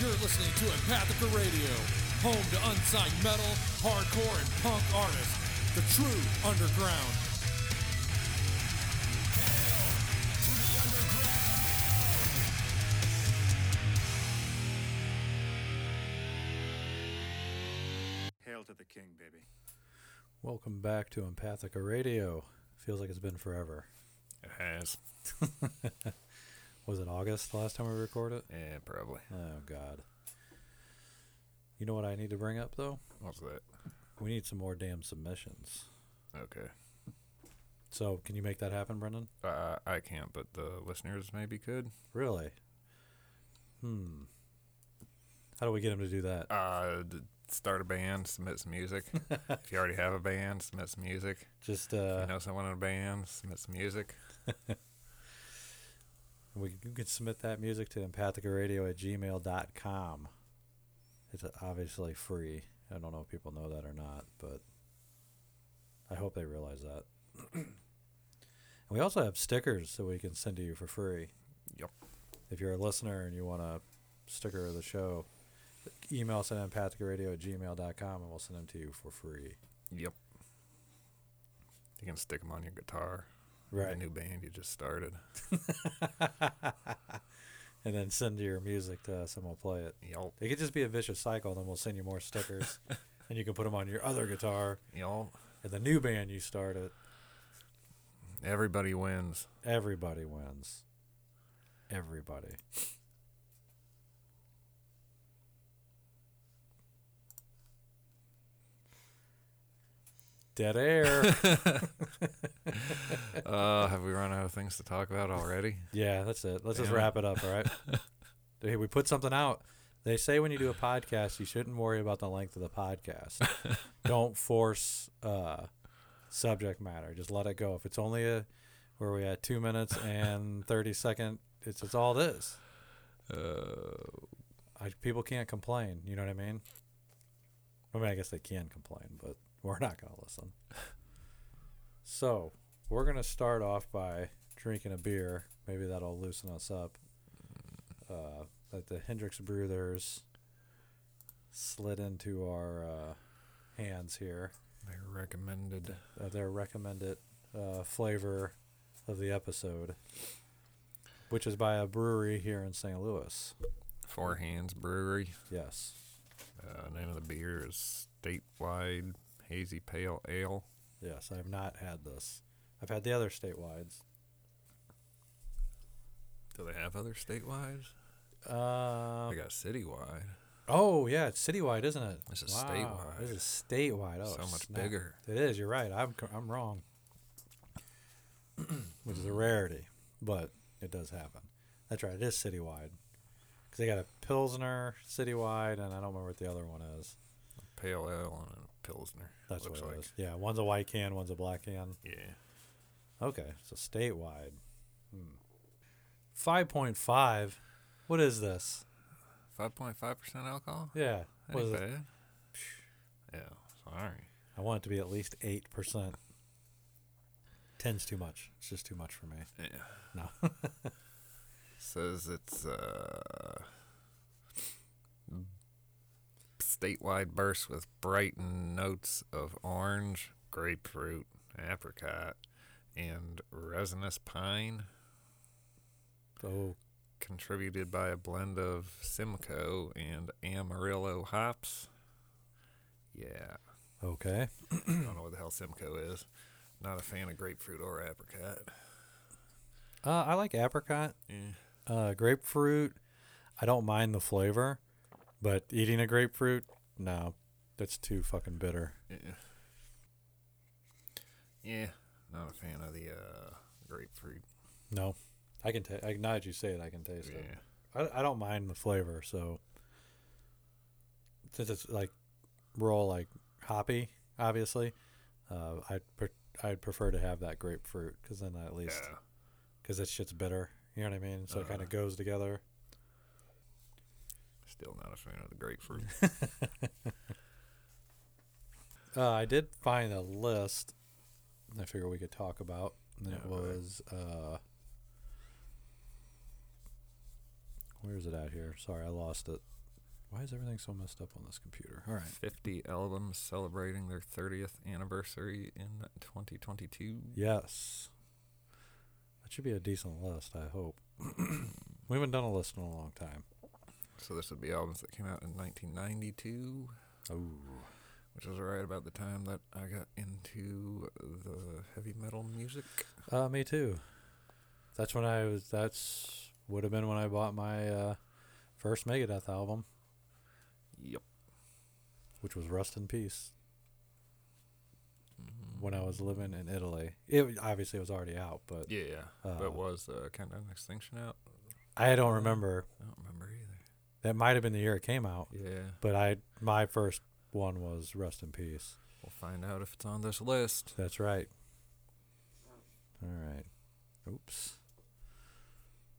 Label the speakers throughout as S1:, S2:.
S1: You're listening to Empathica Radio, home to unsigned metal, hardcore, and punk artists, the true underground.
S2: Hail to the king, baby.
S3: Welcome back to Empathica Radio. Feels like it's been forever.
S4: It has.
S3: Was it August the last time we recorded?
S4: Yeah, probably.
S3: Oh God. You know what I need to bring up though?
S4: What's that?
S3: We need some more damn submissions.
S4: Okay.
S3: So can you make that happen, Brendan?
S4: Uh, I can't, but the listeners maybe could.
S3: Really? Hmm. How do we get him to do that?
S4: Uh, d- start a band, submit some music. if you already have a band, submit some music.
S3: Just
S4: If
S3: uh,
S4: you know someone in a band, submit some music.
S3: we you can submit that music to empathicaradio at gmail.com. It's obviously free. I don't know if people know that or not, but I hope they realize that. and we also have stickers that we can send to you for free.
S4: Yep.
S3: If you're a listener and you want a sticker of the show, email us at empathicaradio at gmail.com and we'll send them to you for free.
S4: Yep. You can stick them on your guitar. The new band you just started.
S3: And then send your music to us and we'll play it.
S4: Yelp.
S3: It could just be a vicious cycle. Then we'll send you more stickers, and you can put them on your other guitar.
S4: Yelp.
S3: And the new band you started,
S4: Everybody wins.
S3: everybody wins. Everybody. Dead air.
S4: Uh, have we run out of things to talk about already?
S3: yeah, that's it. Let's just
S4: Damn it.
S3: wrap it up. All right. Hey, we put something out. They say when you do a podcast, you shouldn't worry about the length of the podcast. Don't force uh, subject matter. Just let it go. If it's only a where we at two minutes and thirty second, it's it's all this. Uh, I, people can't complain. You know what I mean? I mean, I guess they can complain, but we're not gonna listen. So we're gonna start off by drinking a beer. Maybe that'll loosen us up. Uh, that the Hendrix Brewers slid into our uh, hands here
S4: They recommended.
S3: uh, their recommended uh, flavor of the episode, which is by a brewery here in St. Louis.
S4: Four Hands Brewery.
S3: Yes,
S4: Uh, name of the beer is Statewide Hazy Pale Ale.
S3: yes, I have not had this. I've had the other statewide.
S4: Do they have other statewide?
S3: Uh,
S4: They got citywide.
S3: oh yeah, it's citywide, isn't it?
S4: This is statewide.
S3: This is statewide. Oh,
S4: So much
S3: snap.
S4: bigger.
S3: It is. You're right. I'm cor- I'm wrong, which is a rarity, but it does happen. That's right. It is citywide. Cause they got a pilsner citywide, and I don't remember what the other one is.
S4: Pale ale and a pilsner.
S3: That's what it is. Yeah, one's a white can, one's a black can.
S4: Yeah.
S3: Okay, so statewide. Hmm. Five point five. What is this?
S4: Five point five percent alcohol.
S3: Yeah,
S4: Ain't
S3: what is it?
S4: bad. Yeah. Sorry.
S3: I want it to be at least eight percent. Ten's too much. It's just too much for me.
S4: Yeah.
S3: No.
S4: Says it's uh statewide burst with bright notes of orange, grapefruit, apricot, and resinous pine.
S3: Oh,
S4: contributed by a blend of Simcoe and Amarillo hops. Yeah,
S3: okay.
S4: I don't know what the hell Simcoe is. Not a fan of grapefruit or apricot.
S3: Uh, I like apricot,
S4: Yeah.
S3: uh, grapefruit. I don't mind the flavor, but eating a grapefruit, no, that's too fucking bitter.
S4: Yeah. Yeah, not a fan of the uh, grapefruit.
S3: No, I can. Ta- I- now that you say it, I can taste it.
S4: Yeah.
S3: I, I don't mind the flavor, so since it's like we're all like hoppy, obviously, uh, I pre- I'd prefer to have that grapefruit because then at least
S4: Yeah.
S3: because that shit's bitter, you know what I mean. So it kind of goes together.
S4: Still not a fan of the grapefruit.
S3: Uh, I did find a list. that I figure we could talk about. And it
S4: Okay.
S3: was uh, where is it out here? Sorry, I lost it. Why is everything so messed up on this computer? All right.
S4: 50 albums celebrating their 30th anniversary in 2022.
S3: Yes. That should be a decent list, I hope. we haven't done a list in a long time.
S4: So this would be albums that came out in 1992,
S3: Oh.
S4: which was right about the time that I got into the heavy metal music.
S3: Uh, me too. That's when I was. That's would have been when I bought my uh, first Megadeth album,
S4: Yep.
S3: which was Rust in Peace. When I was living in Italy, it was- obviously it was already out, but
S4: Yeah, yeah.
S3: Uh,
S4: but was uh, Countdown to Extinction out?
S3: I don't remember.
S4: I don't remember either.
S3: That might have been the year it came out,
S4: Yeah.
S3: but I my first one was Rust in Peace.
S4: We'll find out if it's on this list.
S3: That's right. All right. Oops.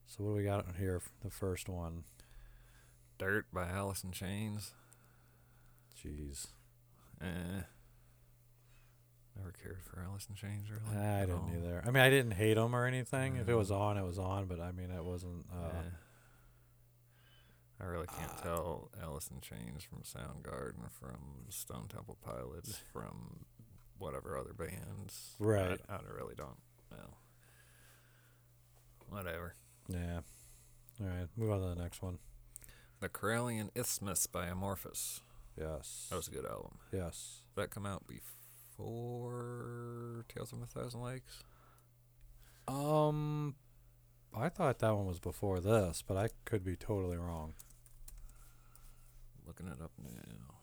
S3: So what do we got on here? The first one.
S4: Dirt by Alice in Chains.
S3: Jeez.
S4: Eh. Never cared for Alice in Chains, really.
S3: Ah, I
S4: at
S3: didn't
S4: all. Eh.
S3: either. I mean, I didn't hate them or anything. If it
S4: Mm.
S3: was on, it was on. But I mean, it wasn't. Uh,
S4: Eh. I really can't
S3: uh,
S4: tell Alice in Chains from Soundgarden, from Stone Temple Pilots, from whatever other bands. I-
S3: Right.
S4: I, really don't know. Whatever.
S3: Yeah. All right, move on to the next one.
S4: The Corellian Isthmus by Amorphous.
S3: Yes.
S4: That was a good album.
S3: yes.
S4: Did that come out before Tales from a Thousand Lakes?
S3: Um, I thought that one was before this, but I could be totally wrong.
S4: Looking it up now.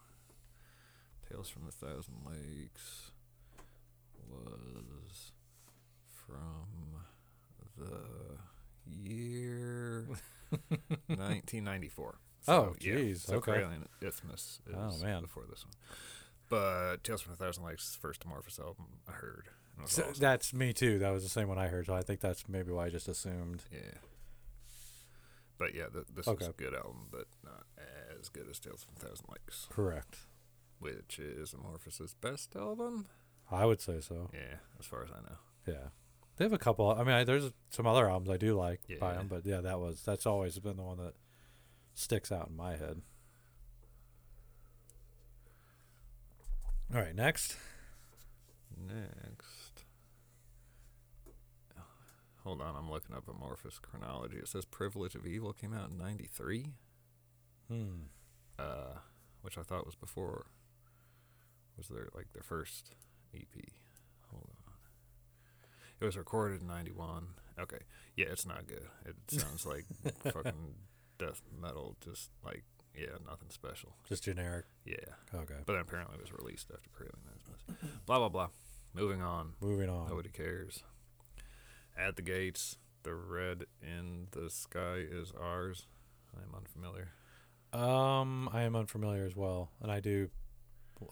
S4: Tales from a Thousand Lakes was from the year 1994.
S3: Oh,
S4: yeah,
S3: geez,
S4: so
S3: okay.
S4: Karelian Isthmus is
S3: Oh, man.
S4: before this one. But Tales from a Thousand Lakes is the first Amorphous album I heard. and it was
S3: So
S4: awesome.
S3: That's me too. That was the same one I heard. So I think that's maybe why I just assumed.
S4: Yeah. But yeah, th- this is
S3: Okay.
S4: a good album, but not as good as Tales from a Thousand Lakes,
S3: Correct.
S4: which is Amorphous's best album.
S3: I would say so.
S4: Yeah, as far as I know.
S3: Yeah. They have a couple. I mean, I, there's some other albums I do like by
S4: Yeah.
S3: them, but yeah, that was that's always been the one that sticks out in my head. All right, next.
S4: Next. Oh, Hold on, I'm looking up Amorphous chronology. It says Privilege of Evil came out in 93,
S3: Hmm.
S4: uh, which I thought was before. Was their like their first EP? Hold on. It was recorded in 91. Okay. Yeah, it's not good. It sounds like fucking death metal, just like, yeah, nothing special.
S3: Just generic.
S4: Yeah.
S3: Okay.
S4: But then apparently it was released after Corellian Asmus. Blah, blah, blah. Moving on.
S3: Moving on.
S4: Nobody cares. At the gates, the red in the sky is ours. I'm unfamiliar.
S3: Um, I am unfamiliar as well, and I do,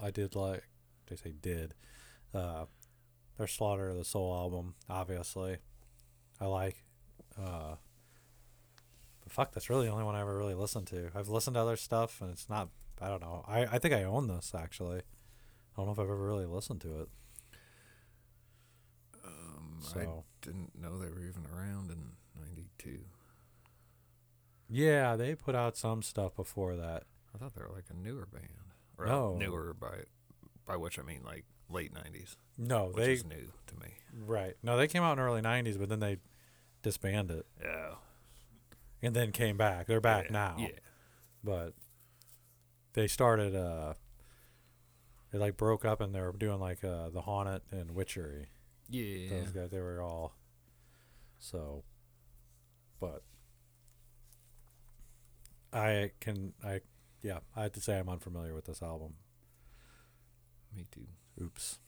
S3: I did like they say did, uh, their Slaughter of the Soul album. Obviously, I like, uh, but fuck, that's really the only one I ever really listened to. I've listened to other stuff, and it's not. I don't know. I I think I own this actually. I don't know if I've ever really listened to it.
S4: Um, I
S3: So
S4: didn't know they were even around in '92.
S3: yeah, they put out some stuff before that.
S4: I thought they were like a newer band. Or
S3: No.
S4: newer by by which I mean like late '90s,
S3: No,
S4: which
S3: they
S4: is new to me.
S3: right. No, they came out in early '90s, but then they disbanded.
S4: Yeah.
S3: and then came back. They're back
S4: Oh, yeah,
S3: now,
S4: Yeah.
S3: but they started. uh They like broke up and they were doing like uh the Haunted and Witchery.
S4: Yeah.
S3: Those guys, they were all so. But I can I yeah I have to say I'm unfamiliar with this album.
S4: Me too.
S3: Oops.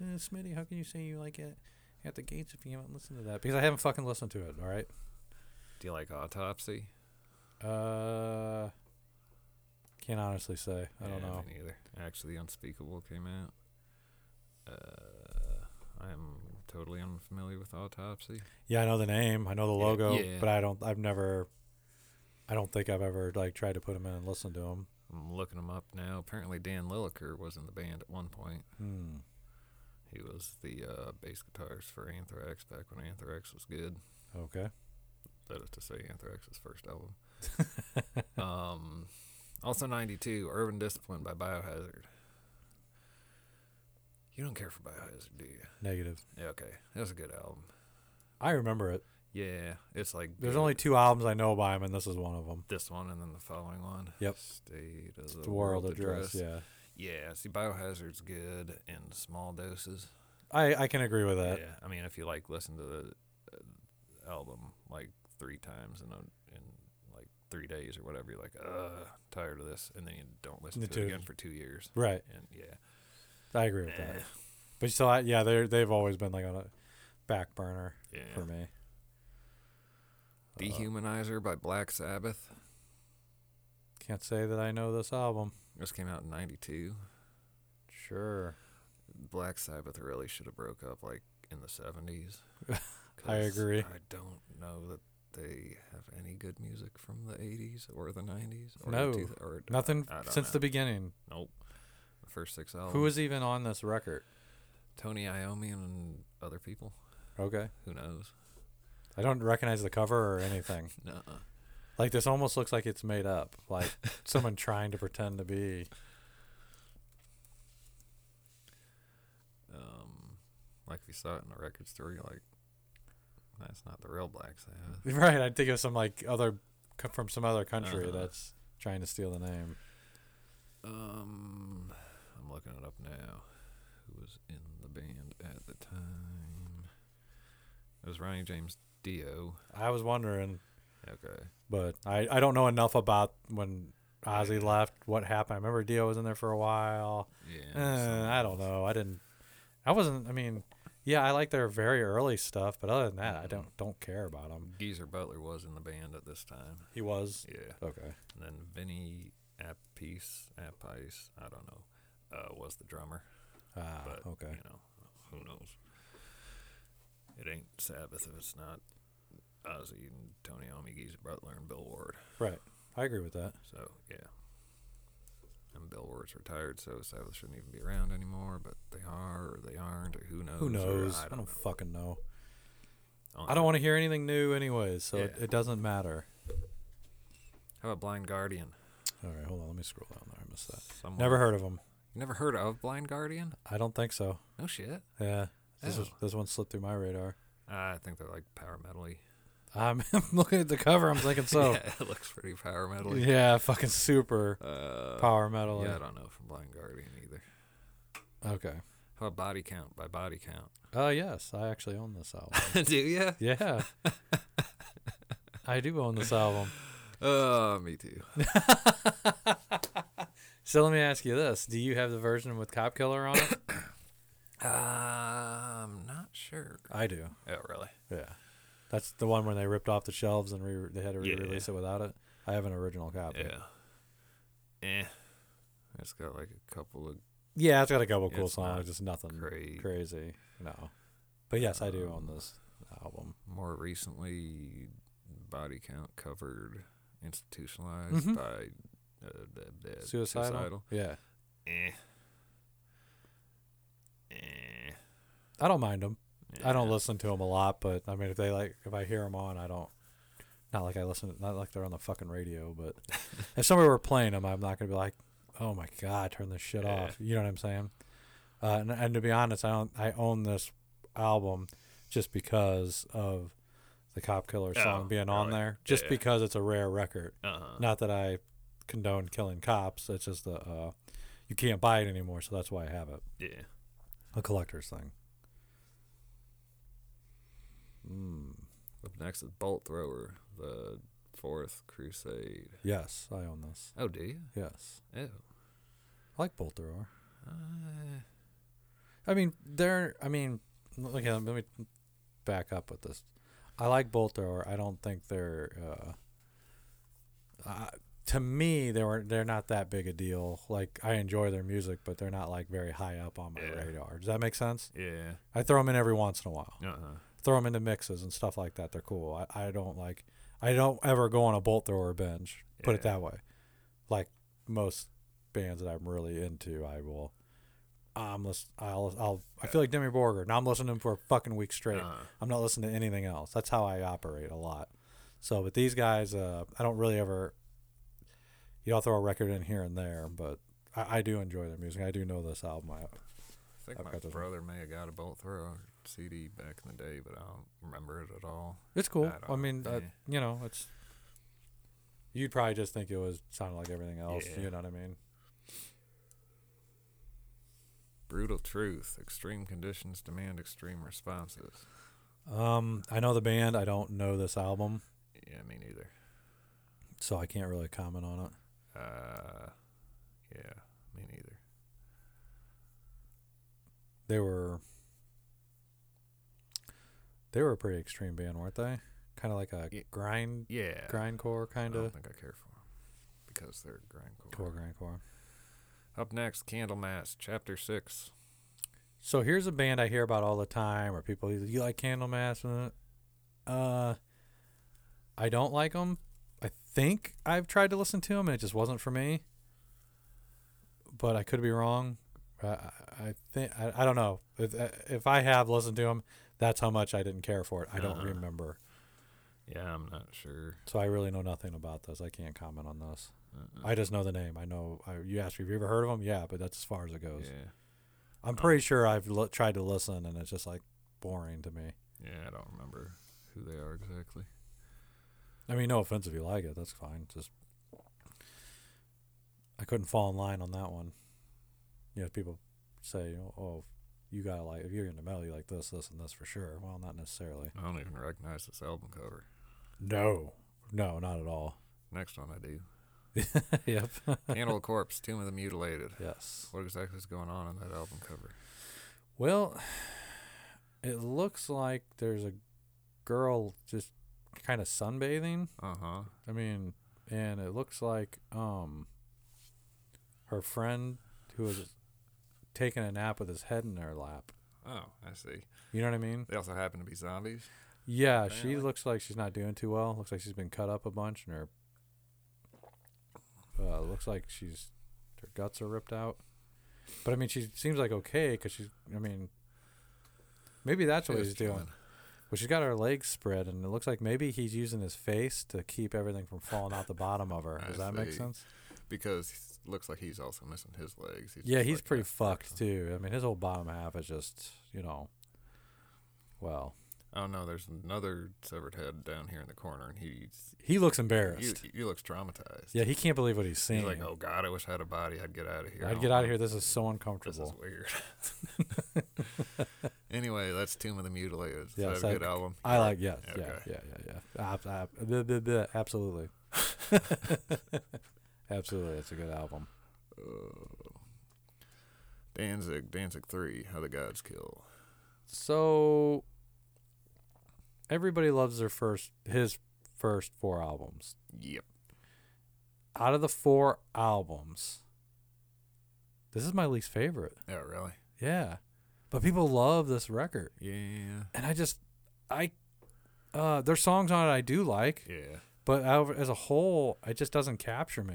S3: Uh, Smitty, how can you say you like it at the gates if you haven't listened to that? Because I haven't fucking listened to it. All right.
S4: Do you like Autopsy?
S3: Uh, can't honestly say. I don't
S4: Yeah,
S3: know.
S4: me neither. Actually, The Unspeakable came out. Uh, I'm totally unfamiliar with Autopsy.
S3: Yeah, I know the name. I know the
S4: Yeah,
S3: logo,
S4: yeah.
S3: but I don't. I've never. I don't think I've ever like tried to put them in and listen to them.
S4: I'm looking them up now. Apparently, Dan Lilliker was in the band at one point.
S3: Hmm.
S4: He was the uh, bass guitarist for Anthrax back when Anthrax was good.
S3: Okay.
S4: That is to say, Anthrax's first album. um, also, 92, Urban Discipline by Biohazard. You don't care for Biohazard, do you?
S3: Negative.
S4: Yeah, okay. That was a good album.
S3: I remember it.
S4: Yeah, it's like
S3: There's
S4: good.
S3: only two albums I know by him, and this is one of them.
S4: this one and then the following one.
S3: Yep.
S4: State of
S3: The World Address. Yeah,
S4: Yeah, see, Biohazard's good in small doses.
S3: I I can agree with that.
S4: yeah, I mean, if you like listen to the uh, album like three times in a, in like three days or whatever, you're like, uh, tired of this, and then you don't listen
S3: The
S4: to it
S3: two-
S4: again for two years.
S3: Right.
S4: And yeah,
S3: I agree with that. But so I, yeah, they they've always been like on a back burner
S4: yeah.
S3: for me.
S4: Dehumanizer by Black Sabbath.
S3: Can't say that I know this album.
S4: This came out in '92.
S3: Sure.
S4: Black Sabbath really should have broke up like in the '70s.
S3: I
S4: 'cause
S3: agree.
S4: I don't know that they have any good music from the '80s or the '90s. Or
S3: No,
S4: the two, or uh,
S3: Nothing
S4: I don't
S3: since the
S4: know. Um,
S3: beginning.
S4: nope. The first six albums.
S3: Who was even on this record?
S4: Tony Iommi and other people.
S3: Okay.
S4: Who knows?
S3: I don't recognize the cover or anything.
S4: Nuh
S3: like this almost looks like it's made up. Like someone trying to pretend to be.
S4: Um, like if you saw it in a record store, you're like, that's not the real Black Sabbath.
S3: Right. I'd think of some like other co- from some other country
S4: Uh-huh.
S3: that's trying to steal the name.
S4: Um, I'm looking it up now. Who was in the band at the time? It was Ronnie James Dio.
S3: I was wondering,
S4: Okay.
S3: but I I don't know enough about when Ozzy left. What happened? I remember Dio was in there for a while.
S4: Yeah.
S3: Uh, I don't know. I didn't. I wasn't. I mean, yeah, I like their very early stuff, but other than that,
S4: Mm-hmm.
S3: I don't don't care about them.
S4: Geezer Butler was in the band at this time.
S3: He was
S4: Yeah.
S3: okay.
S4: And then Vinny Appice, Appice, I don't know, uh, was the drummer.
S3: Ah,
S4: but
S3: okay.
S4: you know, who knows? It ain't Sabbath if it's not Ozzy and Tony Iommi, Geezer Butler, and Bill Ward.
S3: Right. I agree with that.
S4: So yeah, and Bill Ward's retired, so Sabbath shouldn't even be around anymore. But they are, or they aren't, or who knows?
S3: Who knows?
S4: Or,
S3: I don't, fucking know.
S4: know.
S3: I don't want to hear anything new, anyways, so it,
S4: Yeah.
S3: it doesn't matter.
S4: How about Blind Guardian?
S3: All right, hold on. Let me scroll down there. I missed that.
S4: Someone-
S3: Never heard of him.
S4: You never heard of Blind Guardian?
S3: I don't think so.
S4: No shit.
S3: Yeah. This, was,
S4: Oh.
S3: this one slipped through my radar.
S4: I think they're like power metally.
S3: I'm looking at the cover. I'm thinking so.
S4: yeah, it looks pretty power
S3: Oh. yeah.
S4: metally.
S3: fucking super
S4: Uh,
S3: power metal.
S4: Yeah, I don't know from Blind Guardian either.
S3: Okay.
S4: How about Body Count by Body Count?
S3: Oh, yes. I actually own this album.
S4: Do ya?
S3: Yeah. I do own this album.
S4: Uh, me too.
S3: So let me ask you this. Do you have the version with Cop Killer on it?
S4: I'm Um, not sure.
S3: I do.
S4: Oh, really?
S3: Yeah. That's the one when they ripped off the shelves and re- they had to
S4: Yeah.
S3: re-release it without it. I have an original copy.
S4: Yeah. Eh. It's got like a couple of
S3: Yeah, it's got a couple
S4: Yeah,
S3: cool
S4: it's not
S3: songs, just nothing
S4: great.
S3: crazy. No. But yes, I do own
S4: Um,
S3: this album.
S4: More recently, Body Count covered Institutionalized
S3: Mhm.
S4: by uh, the, the
S3: Suicidal? Yeah.
S4: Eh. Eh.
S3: I don't mind them. I don't
S4: Yeah.
S3: listen to them a lot, but I mean if they like if I hear them on, I don't not like I listen not like they're on the fucking radio, but if somebody were playing them, I'm not going to be like, "Oh my god, turn this shit
S4: Yeah.
S3: off." You know what I'm saying? Uh, and, and to be honest, I don't I own this album just because of the Cop Killer song
S4: Oh,
S3: being on
S4: really?
S3: there, just
S4: Yeah.
S3: because it's a rare record.
S4: Uh-huh.
S3: Not that I condone killing cops. It's just the uh, you can't buy it anymore, so that's why I have it.
S4: Yeah.
S3: A collector's thing. Mm.
S4: Up next is Bolt Thrower, the Fourth Crusade.
S3: Yes, I own this.
S4: Oh, do you?
S3: Yes,
S4: Oh.
S3: I like Bolt Thrower.
S4: Uh,
S3: I mean, they're. I mean, okay. Let me back up with this. I like Bolt Thrower. I don't think they're. Uh, uh, to me, they were. They're not that big a deal. Like I enjoy their music, but they're not like very high up on my
S4: Yeah.
S3: radar. Does that make sense?
S4: yeah.
S3: I throw them in every once in a while.
S4: Uh huh.
S3: Throw them into mixes and stuff like that. They're cool. I, I don't like. I don't ever go on a Bolt Thrower binge. Put it
S4: Yeah.
S3: that way. Like most bands that I'm really into, I will. I'm listen, I'll, I'll, I feel like Demi Borger. Now I'm listening to him for a fucking week straight.
S4: Uh-huh.
S3: I'm not listening to anything else. That's how I operate a lot. So, but these guys, uh, I don't really ever. You know, I'll throw a record in here and there, but I, I do enjoy their music. I do know this album. I,
S4: I think
S3: I've got
S4: my
S3: those-
S4: brother may have got a bolt throw CD back in the day, but I don't remember it at all.
S3: it's cool.
S4: I
S3: I,
S4: don't-
S3: mean, uh,
S4: yeah.
S3: you know, it's. You'd probably just think it was sounded like everything else.
S4: Yeah.
S3: You know what I mean?
S4: Brutal Truth. Extreme conditions demand extreme responses.
S3: Um, I know the band. I don't know this album,
S4: Yeah, me neither.
S3: so I can't really comment on it.
S4: Uh, yeah, me neither.
S3: They were. They were a pretty extreme band, weren't they? Kind of like a
S4: Yeah.
S3: grind,
S4: Yeah,
S3: grindcore
S4: I
S3: kind
S4: don't
S3: of
S4: think I care for 'em because they're grindcore.
S3: core grindcore.
S4: Up next, Candlemass, Chapter Six.
S3: So here's a band I hear about all the time, or people you like Candlemass. Uh, Uh, I don't like them. I think I've tried to listen to them, and it just wasn't for me. But I could be wrong. I, I I think I, I don't know if uh, if I have listened to them. That's how much I didn't care for it. I don't
S4: Uh-huh.
S3: remember,
S4: Yeah, I'm not sure.
S3: so I really know nothing about this. I can't comment on this.
S4: Uh-uh.
S3: I just know the name. I know I, you asked me if you ever heard of them. Yeah, but that's as far as it goes.
S4: Yeah,
S3: I'm pretty sure I've l- tried to listen, and it's just like boring to me.
S4: yeah, I don't remember who they are exactly.
S3: I mean, no offense if you like it, that's fine. Just I couldn't fall in line on that one. You know, people say, you know, oh, you gotta like if you're into metal, you like this, this, and this for sure. Well, not necessarily.
S4: I don't even recognize this album cover.
S3: No, no, not at all.
S4: Next one I do.
S3: yep.
S4: Cannibal Corpse, Tomb of the Mutilated.
S3: yes.
S4: What exactly is going on in that album cover?
S3: Well, it looks like there's a girl just kind of sunbathing.
S4: Uh huh.
S3: I mean, and it looks like um her friend who was taking a nap with his head in her lap.
S4: Oh, I see.
S3: You know what I mean?
S4: They also happen to be zombies.
S3: Yeah, she
S4: Apparently.
S3: looks like she's not doing too well. Looks like she's been cut up a bunch, and her uh, looks like she's her guts are ripped out. But I mean, she seems like okay because she's. I mean, maybe that's what
S4: Just
S3: he's doing.
S4: chilling.
S3: Well, she's got her legs spread, and it looks like maybe he's using his face to keep everything from falling out the bottom of her.
S4: I
S3: Does that make
S4: see.
S3: sense?
S4: Because he's- looks like he's also missing his legs.
S3: Yeah,
S4: just
S3: he's
S4: like
S3: pretty
S4: half
S3: fucked
S4: person.
S3: too. I mean, his whole bottom half is just, you know, well,
S4: Oh no, there's another severed head down here in the corner, and he's
S3: he looks
S4: you.
S3: embarrassed.
S4: You looks traumatized.
S3: yeah, he can't believe what he's seeing.
S4: He's like, oh god, I wish I had a body. I'd get out of here. I
S3: I'd
S4: don't
S3: get out of
S4: know.
S3: here. This is so
S4: This is
S3: uncomfortable.
S4: weird. anyway, that's Tomb of the Mutilated. Is
S3: Yeah,
S4: that
S3: it's
S4: a good
S3: like-
S4: album?
S3: I like yes, yeah,
S4: Okay.
S3: yeah, yeah, yeah. Ab- ab- bleh, bleh, bleh, absolutely, absolutely. It's a good album.
S4: Uh, Danzig, Danzig Three, How the Gods Kill.
S3: So everybody loves their first, his first four albums.
S4: Yep.
S3: Out of the four albums, this is my least favorite.
S4: Oh really?
S3: Yeah. But people love this record.
S4: Yeah.
S3: And I just I uh there's songs on it I do like,
S4: Yeah.
S3: but over- as a whole, it just doesn't capture me.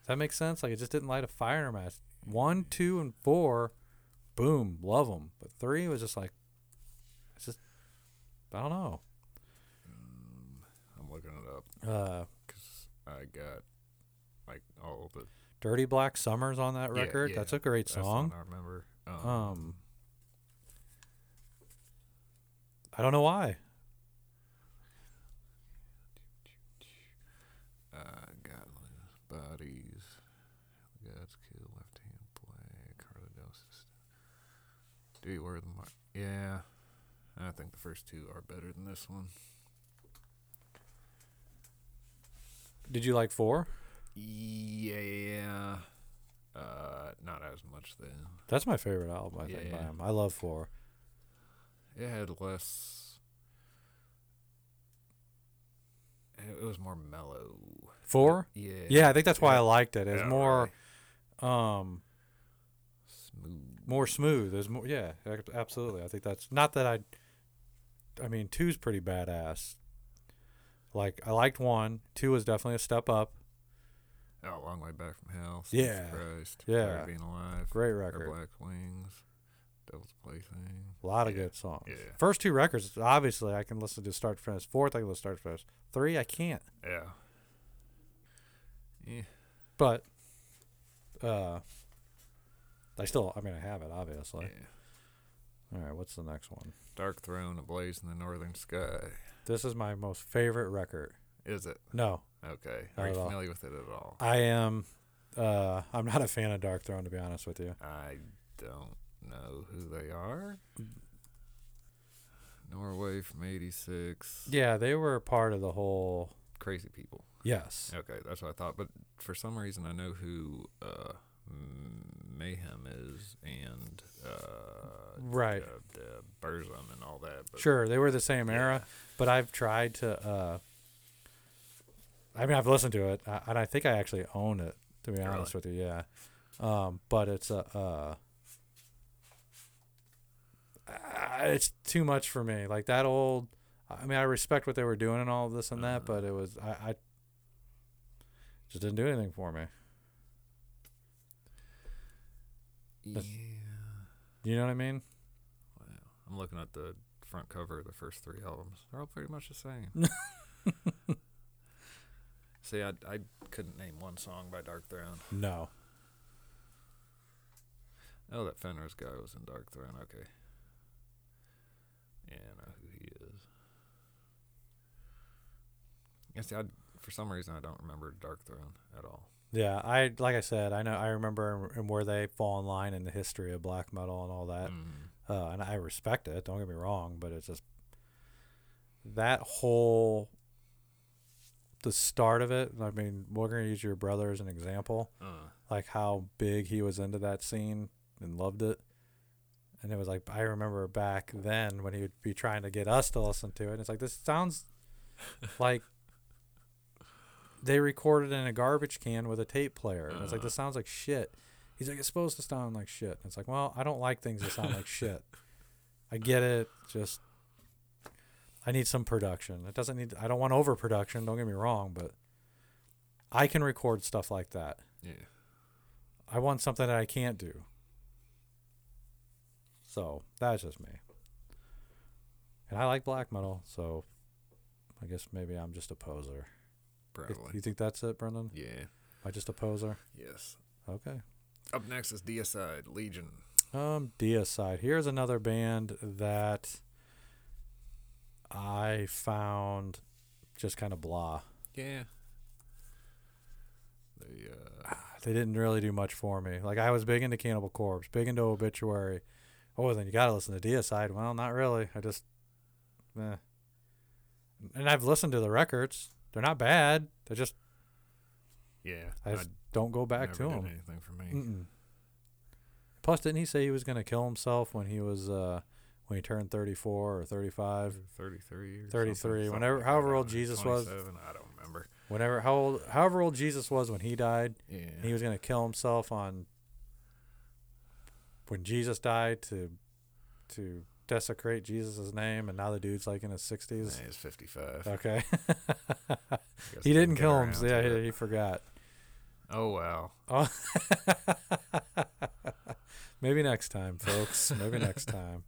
S3: Does that make sense? Like it just didn't light a fire in my ass. 1, 2 and 4, boom, love them. But 3 was just like it's just I don't know.
S4: I'm looking it up
S3: Uh
S4: because I got like all the
S3: Dirty Black Summer's on that
S4: Yeah,
S3: record.
S4: yeah.
S3: That's a great
S4: that's the
S3: song.
S4: one I remember. Um,
S3: Um, I don't know why.
S4: uh, godless bodies. The gods kill left hand play. Cardosis. Do you wear the mark? Yeah. I think the first two are better than this one.
S3: Did you like 4?
S4: Yeah. Uh, not as much then.
S3: That's my favorite album, I think, by
S4: Yeah.
S3: him. I love four.
S4: It had less. It it was more mellow.
S3: Four?
S4: Yeah.
S3: Yeah, I think that's why I liked it. It's
S4: Yeah,
S3: more
S4: really
S3: um
S4: smooth.
S3: more smooth. It's more yeah, ac- absolutely. I think that's not that I I mean, two's pretty badass. Like I liked one. Two was definitely a step up.
S4: Oh, long way back from hell. Saints of
S3: Yeah.
S4: Christ.
S3: Yeah.
S4: Tired of being alive.
S3: Great
S4: Our
S3: record.
S4: black wings. Devil's Plaything.
S3: A lot of
S4: Yeah.
S3: good songs.
S4: Yeah, yeah.
S3: First two records, obviously, I can listen to start to finish. Fourth, I can listen to start to finish. Three, I can't.
S4: Yeah. Yeah.
S3: But uh, I still, I mean, I have it, obviously.
S4: yeah.
S3: All right, what's the next one?
S4: Dark Throne ablaze in the northern sky.
S3: This is my most favorite record.
S4: Is it?
S3: No,
S4: Okay.
S3: Not
S4: Are you
S3: at all.
S4: familiar with it at all?
S3: I am. Uh, I'm not a fan of Dark Throne, to be honest with you.
S4: I don't know who they are.
S3: Mm.
S4: Norway from '86.
S3: Yeah, they were part of the whole.
S4: Crazy people.
S3: Yes.
S4: Okay, that's what I thought. But for some reason, I know who uh, M- Mayhem is and uh,
S3: Right.
S4: uh, the Burzum and all that. But
S3: Sure, they were the same era, but I've tried to. Uh, I mean, I've listened to it, uh, and I think I actually own it. To be honest with you, yeah. Um, but it's a. Uh, uh, it's too much for me. Like that old. I mean, I respect what they were doing and all this and that, but it was I, I. Just didn't do anything for me.
S4: Yeah.
S3: You know what I mean?
S4: Wow. I'm looking at the front cover of the first three albums. They're all pretty much the same. See, I, I couldn't name one song by Dark Throne.
S3: No.
S4: Oh, that Fenris guy was in Dark Throne. Okay. Yeah, I know who he is. Yeah, see, I, for some reason, I don't remember Dark Throne at all.
S3: Yeah, I like I said, I know I remember and where they fall in line in the history of black metal and all that.
S4: Mm.
S3: uh, and I respect it. Don't get me wrong, but it's just that whole the start of it. I mean, we're gonna use your brother as an example,
S4: Uh,
S3: like how big he was into that scene and loved it. And it was like I remember back then when he would be trying to get us to listen to it. And it's like this sounds like they recorded in a garbage can with a tape player. And it's like this sounds like shit. He's like, it's supposed to sound like shit. And it's like, well, I don't like things that sound like shit. I get it. Just I need some production. It doesn't need. I don't want overproduction. Don't get me wrong, but I can record stuff like that.
S4: yeah.
S3: I want something that I can't do. So that's just me. And I like black metal, so I guess maybe I'm just a poser. You-
S4: Probably.
S3: You think that's it, Brendan?
S4: Yeah.
S3: Am I just a poser?
S4: Yes.
S3: Okay.
S4: Up next is Deicide Legion.
S3: Um, Deicide. Here's another band that I found just kind of blah.
S4: Yeah. They uh
S3: They didn't really do much for me. Like I was big into Cannibal Corpse, big into Obituary. Oh, then you gotta listen to Deicide. Well, not really. I just, eh. And I've listened to the records. They're not bad. They just
S4: yeah.
S3: I just don't go back to
S4: never did
S3: them.
S4: anything for me.
S3: Mm-mm. Plus, didn't he say he was gonna kill himself when he was uh when he turned thirty four or thirty five?
S4: Mm. 33 or
S3: 33,
S4: something, something
S3: whenever-
S4: like
S3: however
S4: that.
S3: old Jesus was.
S4: 27, I don't remember.
S3: Whenever how old however old Jesus was when he died, and he
S4: Yeah.
S3: was gonna kill himself on when Jesus died to to desecrate Jesus' name, and now the dude's like in his sixties.
S4: Nah, he's 55.
S3: Okay,
S4: Guess
S3: he didn't
S4: get
S3: kill
S4: around
S3: him. so
S4: to
S3: Yeah,
S4: it.
S3: he, he forgot.
S4: Oh wow.
S3: Oh. Maybe next time, folks. Maybe next time.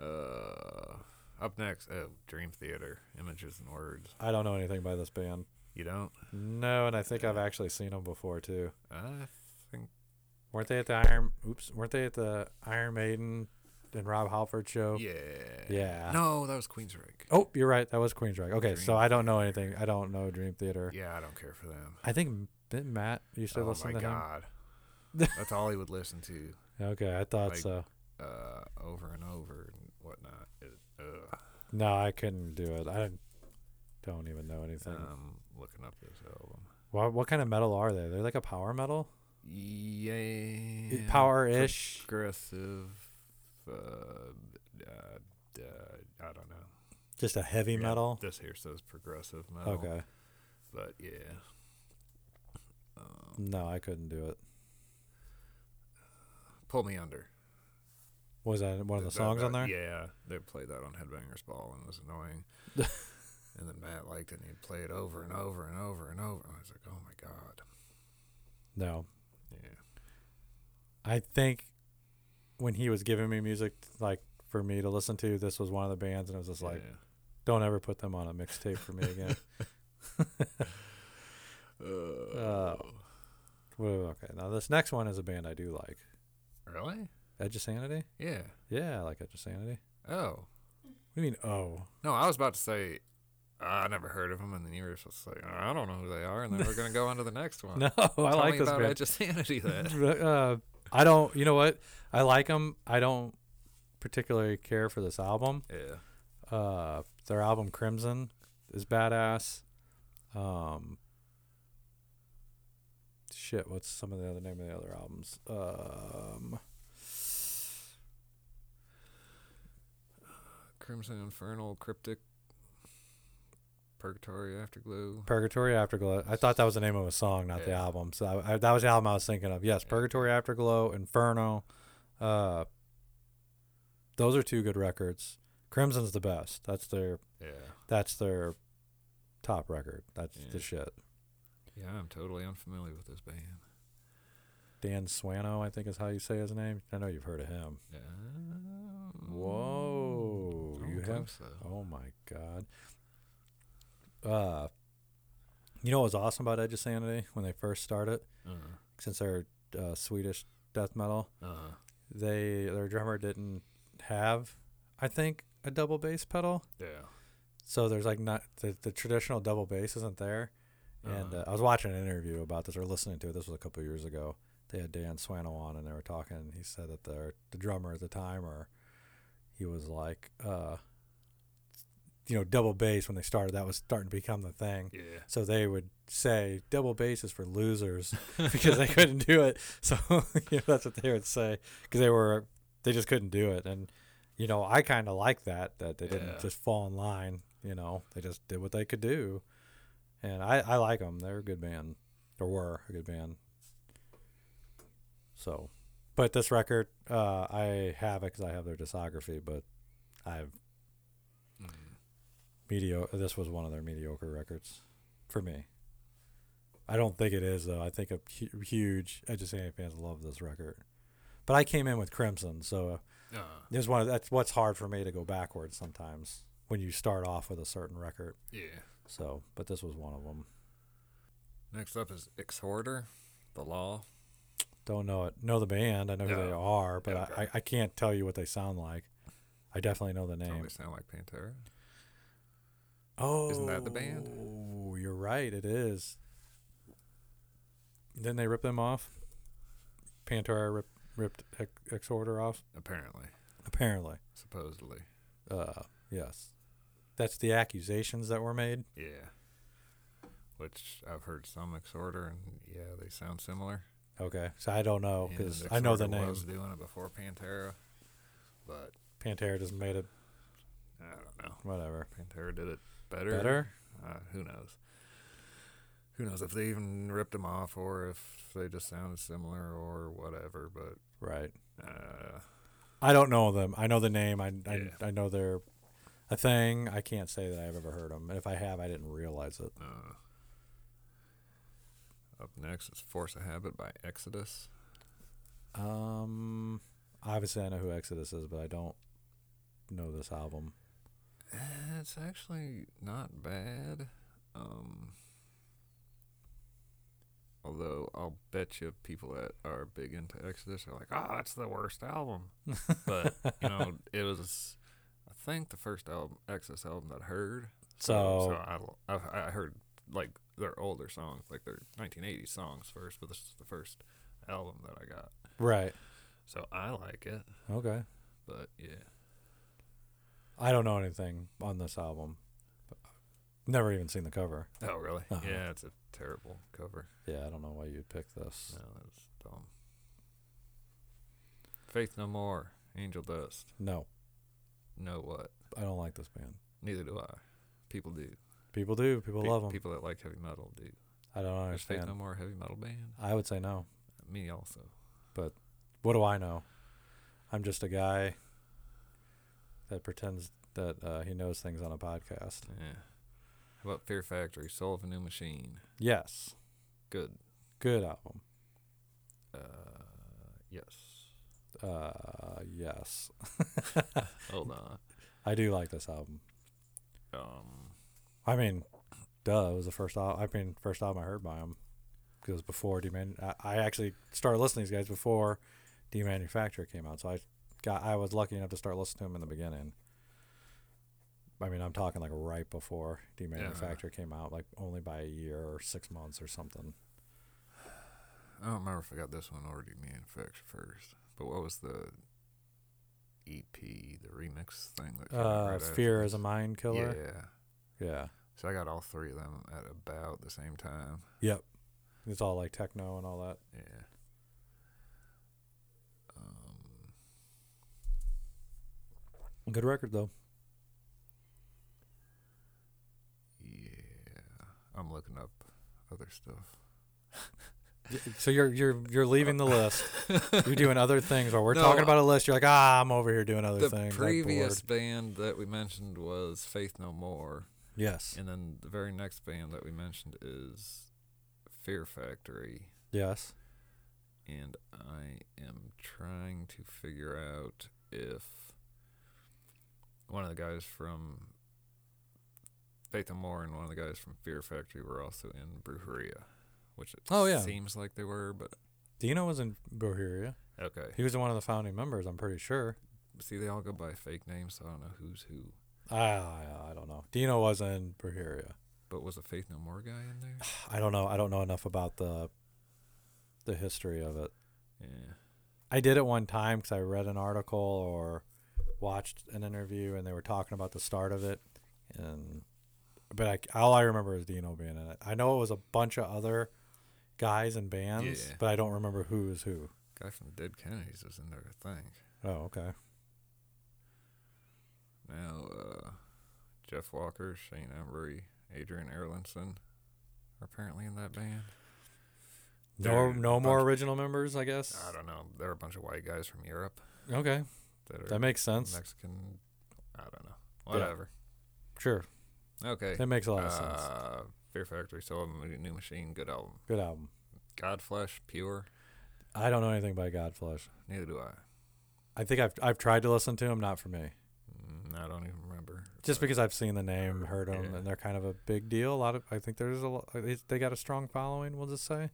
S4: Uh, up next, oh, Dream Theater, Images and Words.
S3: I don't know anything by this band.
S4: You don't?
S3: No, and I think I've actually seen them before too.
S4: I think
S3: Weren't they at the Iron? Oops, weren't they at the Iron Maiden and Rob Halford show?
S4: yeah.
S3: Oh. Yeah.
S4: No, that was Queensrÿche.
S3: Oh, you're right. That was Queen's Rock. Okay, so
S4: Dream
S3: I don't know anything. I don't know Dream Theater.
S4: Yeah, I don't care for them.
S3: I think M- didn't Matt used to
S4: oh
S3: listen
S4: my
S3: to
S4: god. That's all he would listen to,
S3: him. Okay, I thought
S4: Like-
S3: so.
S4: uh, over and over and whatnot. It, uh,
S3: No, I couldn't do it. I don't- don't even know anything.
S4: I'm looking up this album.
S3: Wha what kind of metal are they? They're like a power metal,
S4: Yeah.
S3: power-ish.
S4: Progressive. Uh, uh, uh, I don't know.
S3: Just a heavy
S4: Yeah,
S3: metal.
S4: This here says progressive metal.
S3: Okay,
S4: But yeah. Um,
S3: no, I couldn't do it.
S4: Pull Me Under.
S3: Was that one of the
S4: That-
S3: songs
S4: that-
S3: on there?
S4: Yeah. They played that on Headbangers Ball and it was annoying. and then Matt liked it and he'd play it over and over and over and over. I was like, oh my God.
S3: No,
S4: Yeah.
S3: I think when he was giving me music like for me to listen to, this was one of the bands, and it was just like,
S4: Yeah.
S3: don't ever put them on a mixtape for me again. Oh.
S4: Uh.
S3: Well, okay, now this next one is a band I do like,
S4: Really?
S3: Edge of Sanity.
S4: Yeah.
S3: Yeah, I like Edge of Sanity.
S4: Oh.
S3: What do you mean? Oh,
S4: No, I was about to say, I never heard of them, and then you were just like, I don't know who they are, and then we're going to go on to the next one.
S3: no, I
S4: Tell
S3: like
S4: me
S3: this
S4: about
S3: band.
S4: Edge of Sanity then.
S3: uh, I don't. You know what? I like them. I don't particularly care for this album.
S4: yeah.
S3: Uh, their album Crimson is badass. Um, shit. What's some of the other name of the other albums? Um,
S4: Crimson Infernal, Cryptic, Purgatory Afterglow.
S3: Purgatory Afterglow. I thought that was the name of a song, not the
S4: Yeah.
S3: album. So I, I, that was the album I was thinking of. Yes,
S4: Yeah.
S3: Purgatory Afterglow, Inferno. Uh, those are two good records. Crimson's the best. That's their
S4: Yeah.
S3: that's their top record. That's
S4: Yeah.
S3: the shit.
S4: Yeah, I'm totally unfamiliar with this band.
S3: Dan Swano, I think is how you say his name. I know you've heard of him.
S4: Yeah.
S3: Whoa,
S4: I
S3: you
S4: don't
S3: have?
S4: think so.
S3: Oh my god. Uh, you know what was awesome about Edge of Sanity when they first started?
S4: Uh-huh.
S3: Since they're uh, Swedish death metal,
S4: Uh-huh.
S3: they their drummer didn't have, I think, a double bass pedal.
S4: Yeah.
S3: So there's like not the, the traditional double bass isn't there. And
S4: Uh-huh.
S3: uh, I was watching an interview about this or listening to it. This was a couple of years ago. They had Dan Swano on, and they were talking. He said that the the drummer at the time, or he was like, uh, you know, double bass when they started. That was starting to become the thing.
S4: Yeah.
S3: So they would say double bass is for losers because they couldn't do it. So you know, that's what they would say because they were they just couldn't do it. And you know, I kind of like that that they
S4: Yeah.
S3: didn't just fall in line. You know, they just did what they could do. And I I like them. They're a good band or were a good band. So, but this record uh, I have it because I have their discography, but I've
S4: Mm.
S3: mediocre. This was one of their mediocre records for me. I don't think it is though. I think a hu- huge Edge of Sanity fans love this record, but I came in with Crimson, so
S4: Uh,
S3: there's one of that's what's hard for me to go backwards sometimes when you start off with a certain record.
S4: yeah.
S3: So, but this was one of them.
S4: Next up is Exhorter, The Law.
S3: Don't know it. Know the band. I know who they
S4: No.
S3: are, but
S4: Okay.
S3: I I, I can't tell you what they sound like. I definitely know the
S4: Don't
S3: name.
S4: they sound like Pantera?
S3: Oh,
S4: that the band?
S3: Oh, you're right. It is. Didn't they rip them off? Pantera rip, ripped Ex- Exhorter off.
S4: Apparently.
S3: Apparently,
S4: Supposedly.
S3: uh, yes. That's the accusations that were made.
S4: Yeah. Which I've heard some Exhorter, and yeah, they sound similar.
S3: Okay, so I don't know
S4: And
S3: because Oh, I know the
S4: Exhorter
S3: name.
S4: was doing it before Pantera, but
S3: Pantera just made it.
S4: I don't know.
S3: Whatever.
S4: Pantera did it better.
S3: Better.
S4: Uh, who knows? Who knows if they even ripped them off or if they just sounded similar or whatever, but
S3: Right.
S4: uh,
S3: I don't know them. I know the name. I I,
S4: Yeah.
S3: I know they're a thing. I can't say that I've ever heard them, and if I have, I didn't realize it.
S4: uh, up next is Force of Habit by Exodus.
S3: Um, obviously I know who Exodus is, but I don't know this album.
S4: It's actually not bad. Um, although I'll bet you people that are big into Exodus are like, "Oh, that's the worst album." but you know, it was, I think, the first album Exodus album that I heard.
S3: So,
S4: so I l- I, I heard like their older songs, like their 1980 songs first, but this is the first album that I got.
S3: right,
S4: So I like it,
S3: okay.
S4: but yeah,
S3: I don't know anything on this album. Never even seen the cover.
S4: oh really?
S3: Uh-huh.
S4: Yeah, it's a terrible cover.
S3: Yeah, I don't know why you'd pick this.
S4: No, that's dumb. Faith No More, Angel Dust.
S3: No,
S4: Know what?
S3: I don't like this band.
S4: Neither do I. People do.
S3: People do. People
S4: Pe-
S3: love 'em. love them.
S4: People that like heavy metal do.
S3: I don't
S4: There's Faith
S3: understand.
S4: No More a heavy metal band.
S3: I would say no.
S4: Me also.
S3: What do I know? I'm just a guy that pretends that uh, he knows things on a podcast.
S4: Yeah. How about Fear Factory, Soul of a New Machine?
S3: Yes,
S4: Good.
S3: good album.
S4: Uh, yes.
S3: Uh, yes,
S4: Hold on.
S3: I do like this album.
S4: Um,
S3: I mean, duh, it was the first album. I mean, first album I heard by him because it was before Deman. I, I actually started listening to these guys before Demanufacture came out, so I got I was lucky enough to start listening to them in the beginning. I mean, I'm talking like right before Demanufacture came out, like only by a year or six months or something.
S4: I don't remember if I got this one already manufactured first, but what was the EP, the remix thing? That came out
S3: Uh,
S4: right
S3: Fear
S4: after?
S3: is a Mind Killer.
S4: Yeah.
S3: yeah.
S4: So I got all three of them at about the same time.
S3: Yep. It's all like techno and all that.
S4: Yeah. Um,
S3: Good record though.
S4: yeah. I'm looking up other stuff.
S3: So you're you're you're leaving the list. You're doing other things while we're
S4: No,
S3: talking about a list. You're like, ah, I'm over here doing other
S4: the
S3: things. I'm
S4: previous
S3: bored."
S4: band that we mentioned was Faith No More,
S3: yes,
S4: and then the very next band that we mentioned is Fear Factory,
S3: yes.
S4: and I am trying to figure out if one of the guys from Faith No More and one of the guys from Fear Factory were also in Brujeria, which it
S3: Oh, yeah.
S4: seems like they were, but
S3: Dino was in Boheria.
S4: okay.
S3: He was one of the founding members. I'm pretty sure.
S4: See, they all go by fake names, so I don't know who's who.
S3: I I don't know. Dino was in Boheria.
S4: But was a Faith No More guy in there?
S3: I don't know. I don't know enough about the the history of it.
S4: Yeah.
S3: I did it one time because I read an article or watched an interview, and they were talking about the start of it. And but I, all I remember is Dino being in it. I know it was a bunch of other guys and bands,
S4: Yeah.
S3: but I don't remember who is who.
S4: Guy from Dead Kennedys was in there, I think.
S3: Oh, okay.
S4: Now, uh, Jeff Walker, Shane Embry, Adrian Erlinson are apparently in that band.
S3: No,
S4: They're
S3: no
S4: a
S3: more
S4: bunch-
S3: original members, I guess.
S4: I don't know. They're a bunch of white guys from Europe
S3: Okay,
S4: that are
S3: that makes sense.
S4: Mexican. I don't know. Whatever.
S3: Sure,
S4: Okay.
S3: that makes a lot of sense.
S4: Uh, Fear Factory, Soul of a New Machine, good album.
S3: Good album.
S4: Godflesh, Pure.
S3: I don't know anything by Godflesh.
S4: Neither do I.
S3: I think I've I've tried to listen to him, not for me.
S4: Mm, I don't even remember. if
S3: just
S4: I-
S3: because I've seen the name, heard them,
S4: yeah.
S3: and they're kind of a big deal. A lot of I think there's a lot, they got a strong following. We'll just say.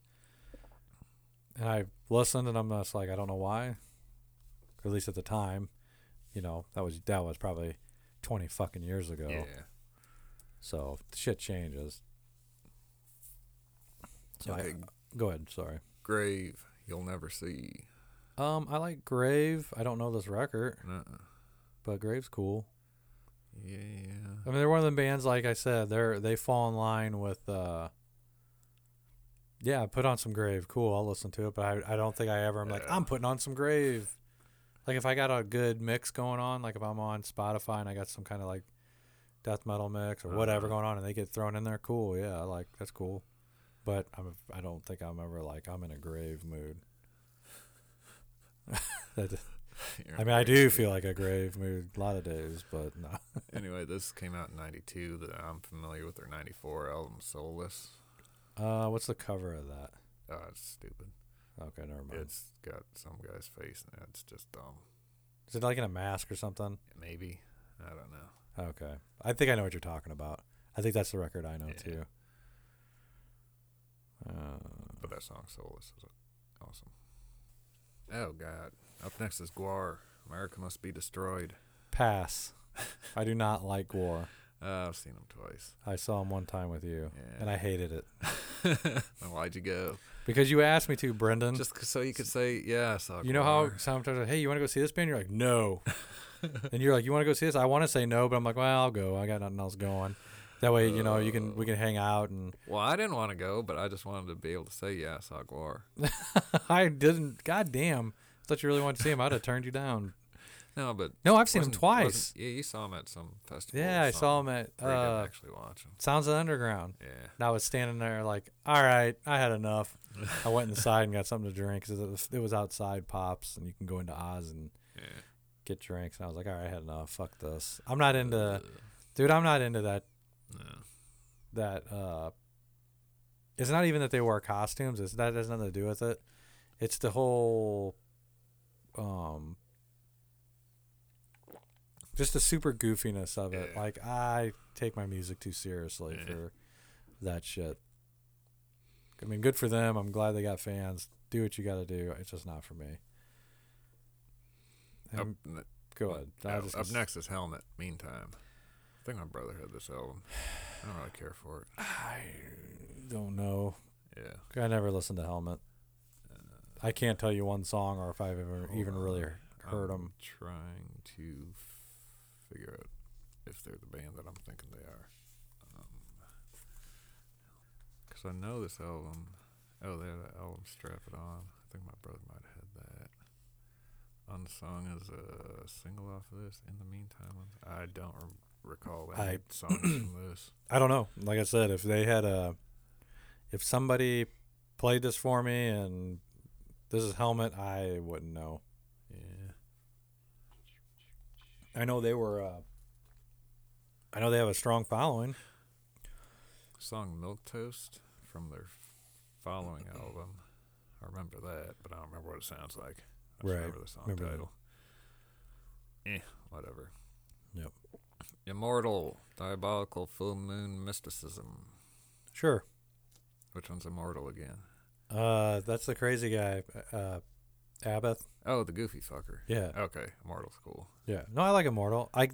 S3: And I listened, and I'm just like, I don't know why. Or at least at the time, you know, that was that was probably twenty fucking years ago.
S4: Yeah.
S3: So shit changes. So I-
S4: okay.
S3: go ahead. Sorry.
S4: Grave, You'll Never See.
S3: Um, I like Grave. I don't know this record,
S4: Nuh-uh.
S3: but Grave's cool.
S4: Yeah.
S3: I mean, they're one of the bands, like I said, they're they fall in line with. uh Yeah, put on some grave. Cool, I'll listen to it, but I, I don't think I ever. I'm like,
S4: Yeah.
S3: I'm putting on some grave. Like if I got a good mix going on, like if I'm on Spotify and I got some kind of like death metal mix or whatever
S4: Uh-huh.
S3: going on, and they get thrown in there, cool. Yeah, like that's cool. But I'm I don't think I'm ever like I'm in a grave mood. that,
S4: You're
S3: I mean, I
S4: right.
S3: do feel like a grave mood a lot of days, but no.
S4: Anyway, this came out in '92. That I'm familiar with their '94 album Soulless.
S3: Uh, what's the cover of that?
S4: Ah, it's stupid.
S3: Okay, never mind.
S4: It's got some guy's face, and it's just dumb.
S3: Is it like in a mask or something?
S4: Maybe I don't know.
S3: Okay. I think I know what you're talking about. I think that's the record I know
S4: Yeah.
S3: too. Uh,
S4: But that song Soulless is awesome. Oh God! Up next is Guar. America must be destroyed.
S3: pass. I do not like war.
S4: Uh, I've seen them twice.
S3: I saw him one time with you, and
S4: Yeah.
S3: I hated it
S4: Now, why'd you go?
S3: because you asked me to, Brendan.
S4: Just 'cause- so you could say, yeah, I saw.
S3: you know how
S4: Gwar."
S3: sometimes, like, hey, you want to go see this band? You're like, no. and you're like, you want to go see this? I want to say no, but I'm like, well, I'll go. I got nothing else going. That way, you know, you can we can hang out, and
S4: Well, I didn't want to go, but I just wanted to be able to say, yeah, I saw Guar.
S3: I didn't. God damn, thought you really wanted to see him. I'd have turned you down.
S4: No, but
S3: No, I've seen him
S4: Wasn't- wasn't-
S3: twice.
S4: Yeah, you saw him at some festival.
S3: Yeah,
S4: or
S3: I saw him
S4: something.
S3: at
S4: Or you
S3: uh,
S4: didn't actually watch him.
S3: Sounds of the Underground.
S4: Yeah.
S3: And I was standing there like, all right, I had enough. I went inside and got something to drink because it was, it was outside Pops and you can go into Oz and
S4: Yeah.
S3: get drinks. And I was like, all right, I had enough. Fuck this. I'm not into, dude, I'm not into that,
S4: No.
S3: that, uh, it's not even that they wear costumes. It's that has nothing to do with it. It's the whole um just the super goofiness of it.
S4: Yeah.
S3: Like I take my music too seriously
S4: Yeah.
S3: for that shit. I mean, good for them. I'm glad they got fans. Do what you got to do. It's just not for me.
S4: Up,
S3: And
S4: ne-
S3: go ahead. I
S4: up,
S3: was just
S4: up
S3: gonna s-
S4: next is Helmet. Meantime, I think my brother had this album. I don't really care for it.
S3: I don't know.
S4: Yeah.
S3: I never listened to Helmet. I can't tell you one song or if I've ever
S4: Hold
S3: even
S4: on.
S3: really
S4: I'm
S3: heard them.
S4: Trying to f- figure out if they're the band that I'm thinking they are. Because I know this album. Oh, they had an album, Strap It On. I think my brother might have had that. Unsung is a single off of this. In the meantime, I don't rem recall
S3: I-
S4: any songs from this.
S3: I don't know. Like I said, if they had a, if somebody played this for me and this is Helmet, I wouldn't know.
S4: Yeah.
S3: I know they were. Uh, I know they have a strong following.
S4: song Milk Toast from their following album. I remember that, but I don't remember what it sounds like. I just
S3: Right,
S4: remember the song
S3: remember that.
S4: title. Eh, whatever.
S3: Yep.
S4: Immortal, Diabolical Full Moon Mysticism.
S3: Sure.
S4: Which one's Immortal again?
S3: Uh, that's the crazy guy, uh, Abbott.
S4: Oh, the goofy fucker.
S3: Yeah.
S4: Okay, Immortal's cool.
S3: Yeah. No, I like Immortal. I.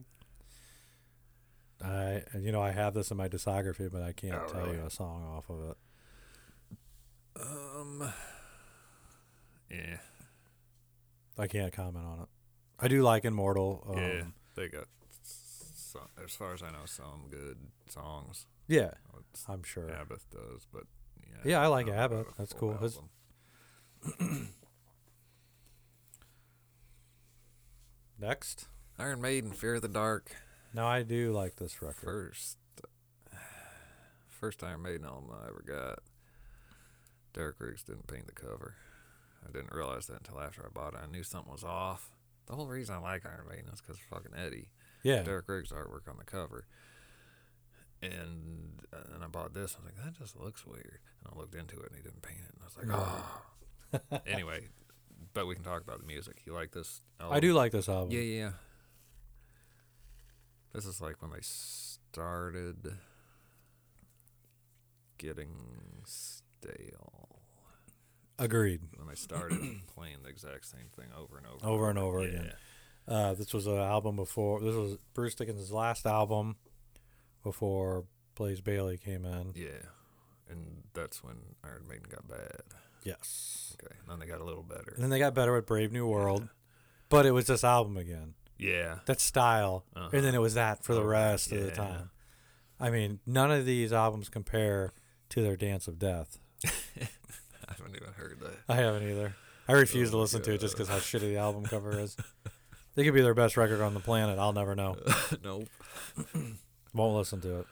S3: I you know I have this in my discography, but I can't
S4: Oh,
S3: tell
S4: really?
S3: you a song off of it.
S4: Um, eh, yeah,
S3: I can't comment on it. I do like Immortal. Um,
S4: yeah. They got, so, as far as I know, some good songs.
S3: yeah,
S4: Oh, It's-
S3: I'm sure.
S4: Abbott does, but yeah.
S3: Yeah, I like
S4: don't know
S3: Abbott.
S4: about a
S3: That's
S4: full
S3: cool. His-
S4: album.
S3: Next.
S4: Iron Maiden, Fear of the Dark,
S3: No, I do like this record.
S4: first, first Iron Maiden album I ever got. Derek Riggs didn't paint the cover. I didn't realize that until after I bought it. I knew something was off. The whole reason I like Iron Maiden is because fucking Eddie.
S3: Yeah.
S4: Derek Riggs artwork on the cover. And and I bought this. I was like, that just looks weird. And I looked into it, and he didn't paint it. And I was like, oh. anyway, but we can talk about the music. You like this?
S3: I
S4: album?
S3: do like this album.
S4: um, Yeah, yeah. yeah. This is like when they started getting stale.
S3: Agreed.
S4: When they started playing the exact same thing over and over.
S3: Over and over again. Uh, this was an album before. This was Bruce Dickinson's last album before Blaze Bailey came in.
S4: Yeah. And that's when Iron Maiden got bad.
S3: Yes.
S4: Okay. And then they got a little better.
S3: And then they got better with Brave New World, but it was this album again.
S4: Yeah.
S3: That style, and then it was that for the
S4: Okay,
S3: rest of the
S4: Uh-huh. Oh, yeah.
S3: time. I mean, none of these albums compare to their Dance of Death.
S4: I haven't even heard that.
S3: I haven't either. I refuse
S4: Oh
S3: to listen to it just because how shitty the album cover is. They could be their best record on the planet. I'll never know.
S4: nope.
S3: Won't listen to it.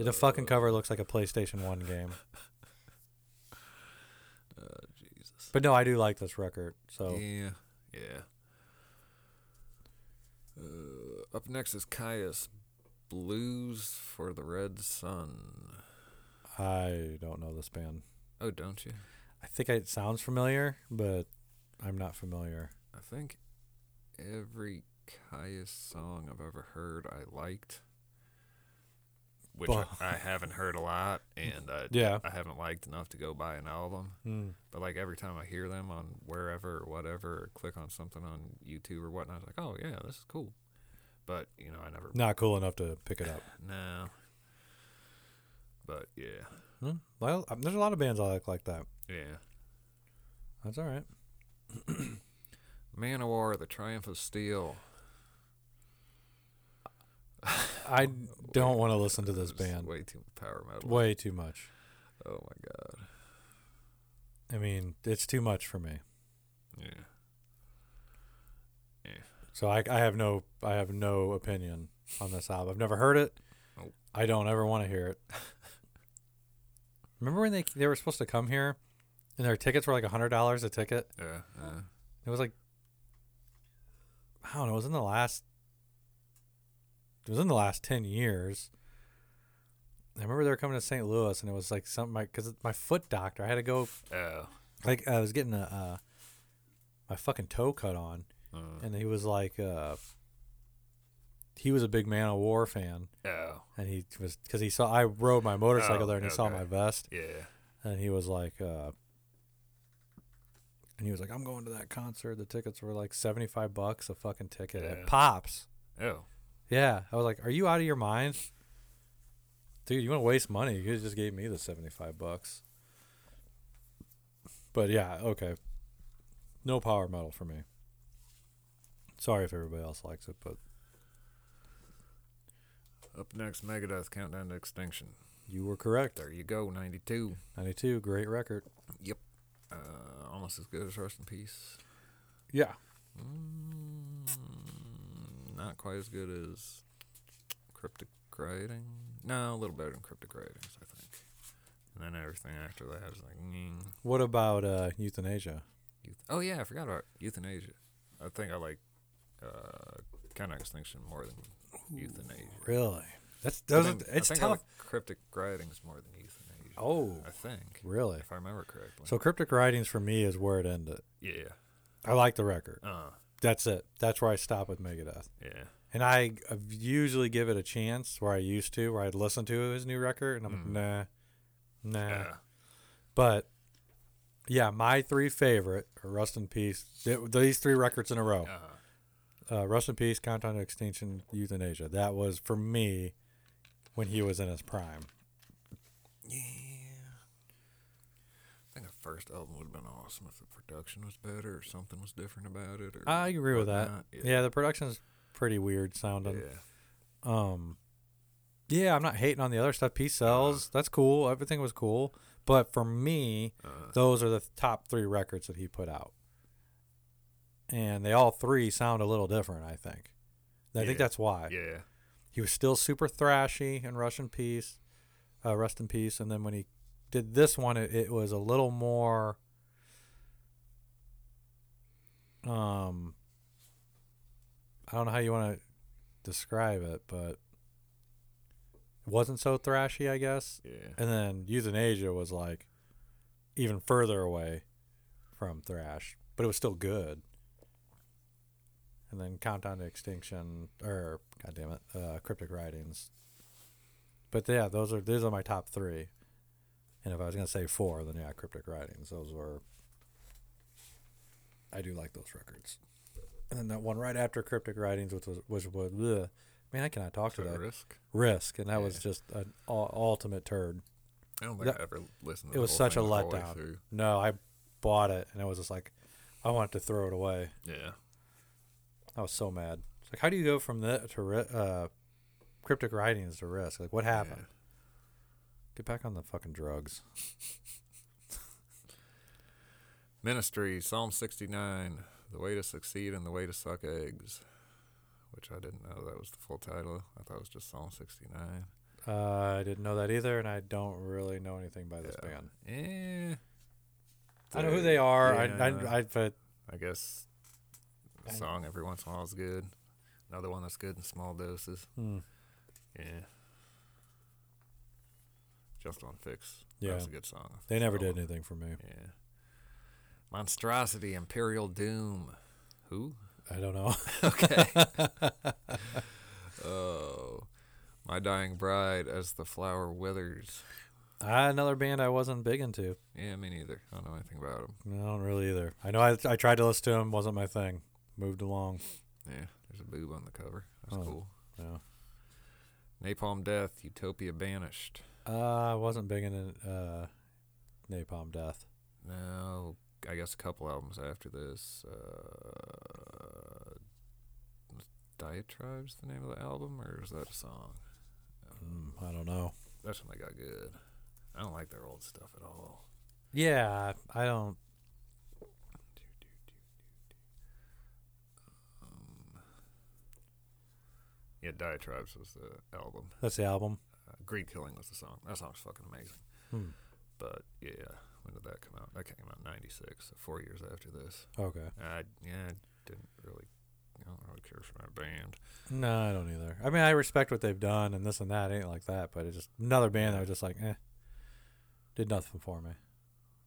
S4: Uh,
S3: The fucking cover looks like a PlayStation 1 game.
S4: Oh, Jesus.
S3: But no, I do like this record. So
S4: Yeah. Yeah. Uh, up next is Caius Blues for the Red Sun.
S3: I don't know this band.
S4: Oh, don't you?
S3: I think it sounds familiar, but I'm not familiar.
S4: I think every Caius song I've ever heard I liked. Which I,
S3: Bah.
S4: I haven't heard a lot, and I,
S3: Yeah.
S4: I haven't liked enough to go buy an album.
S3: Mm.
S4: But like every time I hear them on wherever or whatever, or click on something on YouTube or whatnot, I was like, oh yeah, this is cool. But you know, I never
S3: Not cool enough to pick it up.
S4: no. But yeah,
S3: Hmm. Well, um, there's a lot of bands I like like that.
S4: yeah.
S3: That's all right.
S4: Man of War, The Triumph of Steel.
S3: I don't want to listen to this
S4: It's
S3: band
S4: Way too power metal.
S3: way too much.
S4: Oh my god.
S3: I mean, it's too much for me.
S4: Yeah.
S3: So I, I have no I have no opinion on this album. I've never heard it.
S4: Nope.
S3: I don't ever want to hear it. Remember when they they were supposed to come here, and their tickets were like hundred dollars a ticket.
S4: Yeah. Uh, yeah.
S3: It was like I don't know. It was in the last. It was in the last ten years. I remember they were coming to St. Louis, and it was
S4: uh,
S3: like something like because my foot doctor. I had to go
S4: Oh.
S3: like I was getting a uh, my fucking toe cut on,
S4: Uh,
S3: and he was like, uh, he was a big Man of War fan,
S4: oh,
S3: and he was because he saw I rode my motorcycle
S4: Oh,
S3: there, and he saw
S4: okay.
S3: my vest,
S4: yeah.
S3: and he was like, uh, and he was like, I'm going to that concert. The tickets were like seventy five bucks a fucking ticket.
S4: Yeah.
S3: It pops.
S4: Oh,
S3: Yeah, I was like, are you out of your mind? Dude, you want to waste money? You could just gave me the seventy five bucks. But yeah, okay. No power metal for me. Sorry if everybody else likes it, but
S4: up next, Megadeth Countdown to Extinction.
S3: you were correct.
S4: There you go, 92.
S3: Ninety two, great record.
S4: Yep. Uh, almost as good as Rest in Peace.
S3: Yeah.
S4: Mm, not quite as good as Cryptic Writing. No, a little better than Cryptic Writings, I think. And then everything after that is like, mm.
S3: What about uh, euthanasia?
S4: Euth- oh yeah, I forgot about euthanasia. I think I like uh, kind of extinction more than euthanasia.
S3: Really? That's
S4: But
S3: doesn't.
S4: then
S3: It's
S4: I think I
S3: tough.
S4: like cryptic writings more than euthanasia.
S3: Oh,
S4: I think
S3: really?
S4: if I remember correctly.
S3: So cryptic writings for me is where it ended.
S4: yeah,
S3: I like the record.
S4: uh,
S3: That's it. That's where I stop with Megadeth.
S4: yeah,
S3: And I uh, usually give it a chance where I used to, where I'd listen to his new record, and I'm like, nah, nah.
S4: yeah.
S3: But yeah, my three favorite are Rust in Peace. th- These three records in a row:
S4: Uh,
S3: uh, Rust in Peace, Countdown to Extinction, Euthanasia. That was for me when he was in his prime.
S4: yeah. I think the first album would have been awesome if the production was better or something was different about it. Or
S3: I agree with that.
S4: whatnot.
S3: yeah. the production's pretty weird sounding.
S4: yeah.
S3: Um, yeah, I'm not hating on the other stuff. Peace
S4: Uh-huh.
S3: sells. That's cool. Everything was cool. But for me,
S4: Uh,
S3: those are the top three records that he put out. And they all three sound a little different, I think. I
S4: Yeah.
S3: think that's why.
S4: yeah.
S3: He was still super thrashy in Russian Peace, uh, Rest in Peace. And then when he did this one, it, it was a little more. Um, I don't know how you want to describe it, but it wasn't so thrashy, I guess.
S4: Yeah.
S3: And then Euthanasia was like even further away from Thrash, but it was still good. And then Countdown to Extinction, or God damn it, uh, Cryptic Writings. But yeah, those are these are my top three. And if I was gonna say four, then yeah, Cryptic Writings. Those were. I do like those records. And then that one right after Cryptic Writings, which was which was bleh. man, I cannot talk
S4: So
S3: today.
S4: risk.
S3: Risk, and that was
S4: Yeah.
S3: just an ul- ultimate turd.
S4: I don't think
S3: That-
S4: I ever listened. to
S3: It
S4: the
S3: was
S4: whole
S3: such a
S4: thing the whole way
S3: letdown.
S4: through.
S3: No, I bought it, and it was just like, I wanted to throw it away.
S4: Yeah.
S3: I was so mad. It's like, how do you go from that to ri- uh, cryptic writings to risk? Like, what happened? Get back on the fucking drugs.
S4: Ministry, Psalm 69, The Way to Succeed and the Way to Suck Eggs, which I didn't know that was the full title. I thought it was just Psalm 69.
S3: Uh, I didn't know that either, and I don't really know anything by this
S4: Yeah.
S3: band.
S4: Eh.
S3: I know who they are. I,
S4: yeah,
S3: I, I, but
S4: I guess the
S3: I-
S4: song every once in a while is good. Another one that's good in small doses.
S3: hmm,
S4: Yeah. Just on Fix.
S3: Yeah.
S4: That was a good song. off
S3: they
S4: the
S3: never
S4: album.
S3: did anything for me.
S4: Yeah. Monstrosity, Imperial Doom. Who?
S3: I don't know.
S4: okay. oh, my dying bride as the flower withers.
S3: Another band I wasn't big into.
S4: Yeah, me neither. I don't know anything about him.
S3: No, I don't really either. I know I, I tried to listen to them, wasn't my thing. Moved along.
S4: Yeah, there's a boob on the cover. That's
S3: Oh.
S4: cool.
S3: Yeah.
S4: Napalm Death, Utopia Banished.
S3: Uh, I wasn't big into uh, Napalm Death.
S4: No, I guess a couple albums after this. Uh, was Diatribes, the name of the album, or is that a song?
S3: Mm, I don't know.
S4: That's when they got good. I don't like their old stuff at all.
S3: Yeah, I don't.
S4: Um, Yeah, Diatribes was the album.
S3: That's the album.
S4: Uh, Greed Killing was the song. That song's fucking amazing.
S3: Hmm.
S4: But yeah, when did that come out? That came out in '96, so four years after this.
S3: Okay.
S4: I yeah, I didn't really, I don't really care for that band.
S3: No, I don't either. I mean, I respect what they've done and this and that. It ain't like that, but it's just another band that was just like, eh, did nothing for me.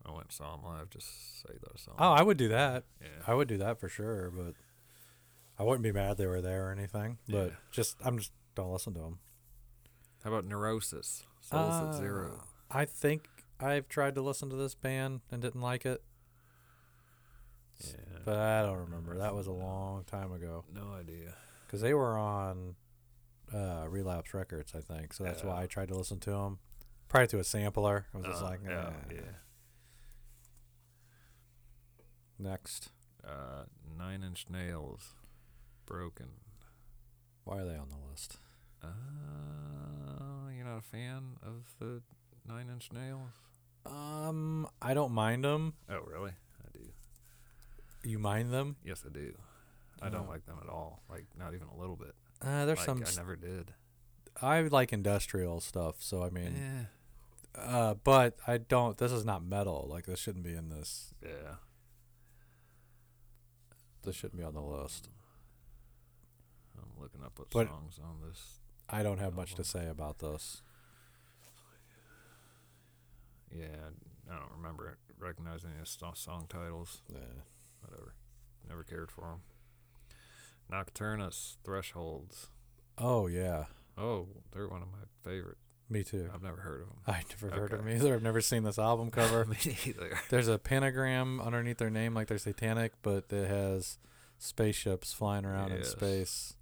S4: I went and saw him live. Just say those songs.
S3: Oh, I would do that.
S4: yeah.
S3: I would do that for sure, but I wouldn't be mad they were there or anything. But
S4: Yeah.
S3: just I'm just don't listen to them.
S4: How about Neurosis? Souls
S3: Oh.
S4: at Zero.
S3: I think I've tried to listen to this band and didn't like it,
S4: Yeah.
S3: but I don't remember. That was a long time ago
S4: no idea.
S3: because they were on uh, Relapse Records, I think. So that's why I tried to listen to them. Probably through a sampler. I was just
S4: Uh,
S3: like,
S4: yeah,
S3: "Eh."
S4: yeah.
S3: Next,
S4: Uh, Nine Inch Nails, Broken.
S3: why are they on the list?
S4: Uh, you're not a fan of the Nine Inch Nails?
S3: Um, I don't mind them.
S4: Oh, really? I do.
S3: You mind them?
S4: Yes, I do. I don't
S3: Oh.
S4: like them at all. Like not even a little bit.
S3: Uh, there's
S4: Like,
S3: some.
S4: I never did.
S3: I like industrial stuff, so I mean,
S4: Yeah.
S3: uh, but I don't. This is not metal. Like this shouldn't be in this.
S4: Yeah.
S3: This shouldn't be on the list.
S4: I'm looking up what
S3: But-
S4: songs on this.
S3: I don't have much to
S4: Album.
S3: say about this.
S4: Yeah, I don't remember recognizing his so- song titles.
S3: Yeah.
S4: Whatever. Never cared for them. Nocturnus, Thresholds.
S3: Oh yeah,
S4: Oh, they're one of my favorite.
S3: me too.
S4: I've never heard of them.
S3: I never heard of them
S4: Um, Okay.
S3: either. I've never seen this album cover.
S4: Me neither.
S3: There's a pentagram underneath their name, like they're satanic, but it has spaceships flying around in
S4: Yes.
S3: space,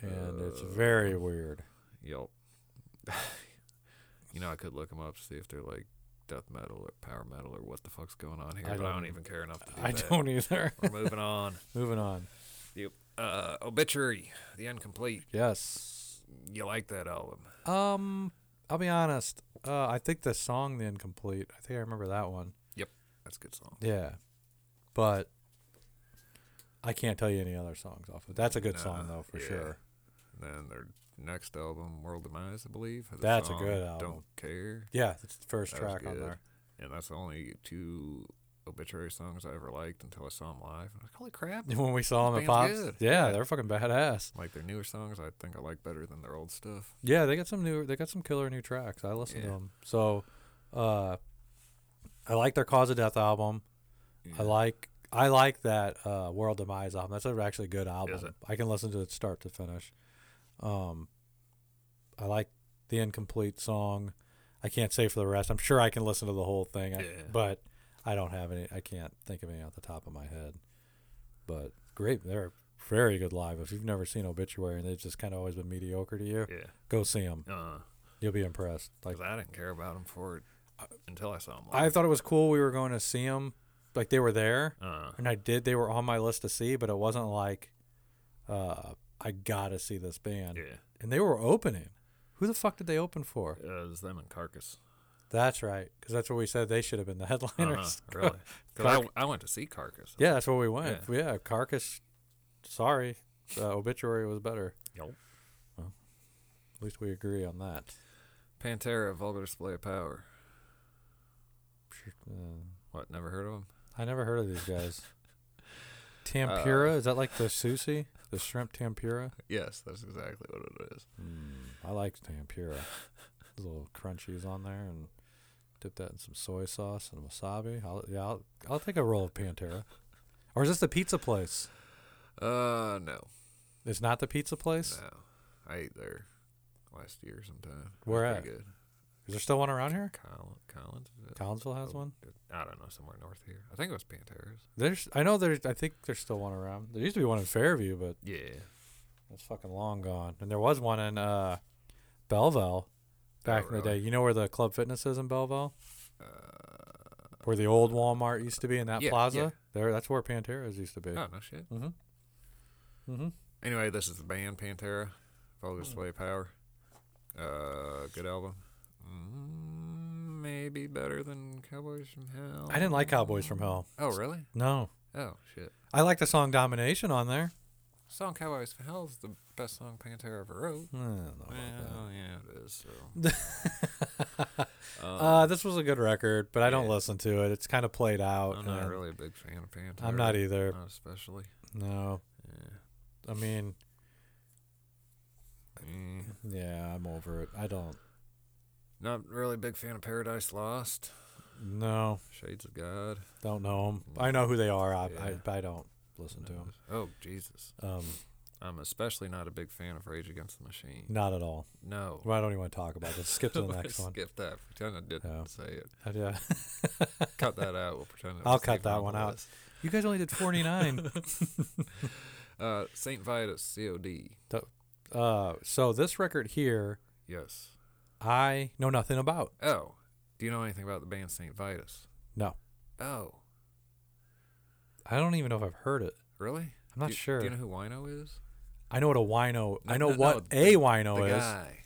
S3: and it's
S4: Uh,
S3: very weird.
S4: Yelp. you know, I could look them up, see if they're like death metal or power metal or what the fuck's going on here.
S3: I
S4: but I
S3: don't
S4: don't even care enough to do
S3: I
S4: that.
S3: don't either.
S4: We're moving on.
S3: Moving on.
S4: Yep. Uh, Obituary, The Incomplete.
S3: Yes.
S4: You like that album?
S3: Um, I'll be honest. Uh, I think the song "The Incomplete." I think I remember that one.
S4: That's a good song.
S3: Yeah, but I can't tell you any other songs off of. That's a good song
S4: Nah,
S3: though, for
S4: yeah.
S3: sure.
S4: And then their next album, World Demise, I believe. has
S3: That's a
S4: song,
S3: good album.
S4: Don't care.
S3: Yeah, it's the first
S4: That was
S3: track on
S4: good.
S3: there.
S4: And that's the only two obituary songs I ever liked until I saw them live. I'm like, holy crap!
S3: When we saw them
S4: This
S3: at Pops,
S4: band's good.
S3: yeah,
S4: Yeah.
S3: they're fucking badass.
S4: Like their newer songs, I think I like better than their old stuff.
S3: Yeah, they got some new. They got some killer new tracks. I listened to
S4: Yeah.
S3: them. So, uh, I like their Cause of Death album.
S4: Yeah.
S3: I like. I like that uh, World Demise album. That's an actually good album.
S4: it?
S3: I can listen to it start to finish. Um, I like the incomplete song. I can't say for the rest. I'm sure I can listen to the whole thing, I-
S4: Yeah.
S3: but I don't have any. I can't think of any off the top of my head. But great, they're very good live. If you've never seen Obituary and they've just kind of always been mediocre to you,
S4: Yeah.
S3: go see them.
S4: Uh,
S3: You'll be impressed. Like
S4: 'cause I didn't care about them for it until I saw them
S3: I
S4: live.
S3: thought it was cool. We were going to see them. Like they were there.
S4: uh,
S3: and I did. They were on my list to see, but it wasn't like uh, I gotta see this band.
S4: yeah.
S3: And they were opening. Who the fuck did they open for?
S4: Uh, it was them and Carcass.
S3: That's right, because that's what we said they should have been the
S4: Uh,
S3: headliners.
S4: really? 'Cause I, I went to see Carcass.
S3: yeah, that's where we went. Yeah, Carcass. Sorry, uh, Obituary was better.
S4: Yep.
S3: At least we agree on that.
S4: Pantera, Vulgar Display of Power.
S3: Sure, uh,
S4: What? Never heard of them?
S3: I never heard of these guys. Tampura is that like the sushi, the shrimp tampura?
S4: Yes, that's exactly what it is.
S3: I like tempura. Those little crunchies on there, and dip that in some soy sauce and wasabi. I'll, yeah, I'll, I'll take a roll of Pantera. Or is this the pizza place?
S4: Uh, no,
S3: It's not the pizza place.
S4: no. I ate there last year sometime. It was
S3: Where
S4: pretty Good.
S3: Is there still one around here?
S4: Collins, Collins. is it?
S3: Collinsville has
S4: Oh,
S3: one.
S4: good. I don't know, somewhere north here. I think it was Pantera's.
S3: There's, I know there's, I think there's still one around. There used to be one in Fairview, but
S4: Yeah.
S3: it's fucking long gone. And there was one in uh, Belleville back in the day.
S4: really?
S3: You know where the Club Fitness is in Belleville? where the old Walmart used to be in that
S4: Uh, yeah,
S3: plaza?
S4: yeah.
S3: There, that's where Pantera's used to be.
S4: Oh no shit.
S3: Mm-hmm. Mm-hmm.
S4: Anyway, this is the band Pantera, Vulgar
S3: Hmm.
S4: Display of Power. Uh, good album. Mm, maybe better than Cowboys from Hell.
S3: I didn't like Cowboys from Hell.
S4: Oh really?
S3: No.
S4: Oh shit.
S3: I like the song Domination on there.
S4: Song Cowboys from Hell is the best song Pantera ever wrote.
S3: Eh, I don't know about that.
S4: Well, yeah, it is. So.
S3: Uh, this was a good record, but I don't
S4: yeah.
S3: listen to it. It's kind of played out.
S4: I'm not
S3: and
S4: really a big fan of Pantera.
S3: I'm not either.
S4: Not especially.
S3: No.
S4: Yeah.
S3: I mean,
S4: Mm.
S3: yeah, I'm over it. I don't.
S4: Not really a big fan of Paradise Lost.
S3: No,
S4: Shades of God.
S3: don't know them. I know who they are. I, I,
S4: Yeah.
S3: but I don't listen to them.
S4: Oh Jesus!
S3: Um,
S4: I'm especially not a big fan of Rage Against the Machine.
S3: not at all.
S4: No.
S3: Well, I don't even want to talk about this. Skip to the
S4: We'll
S3: next one.
S4: Skip that. Pretend I didn't
S3: Yeah.
S4: say it.
S3: Uh, Yeah.
S4: Cut that out. We'll pretend. It
S3: I'll
S4: was
S3: cut
S4: taken
S3: that
S4: off the
S3: one out.
S4: list.
S3: You guys only did 49.
S4: Uh, Saint Vitus, COD.
S3: uh, so this record here,
S4: Yes.
S3: I know nothing about.
S4: Oh, do you know anything about the band Saint Vitus?
S3: No,
S4: Oh,
S3: I don't even know if I've heard it.
S4: really?
S3: I'm not
S4: Do-
S3: sure.
S4: Do you know who Wino is?
S3: I know what a wino. I
S4: No,
S3: know
S4: no,
S3: what
S4: no,
S3: a
S4: the-
S3: wino
S4: the
S3: is.
S4: guy.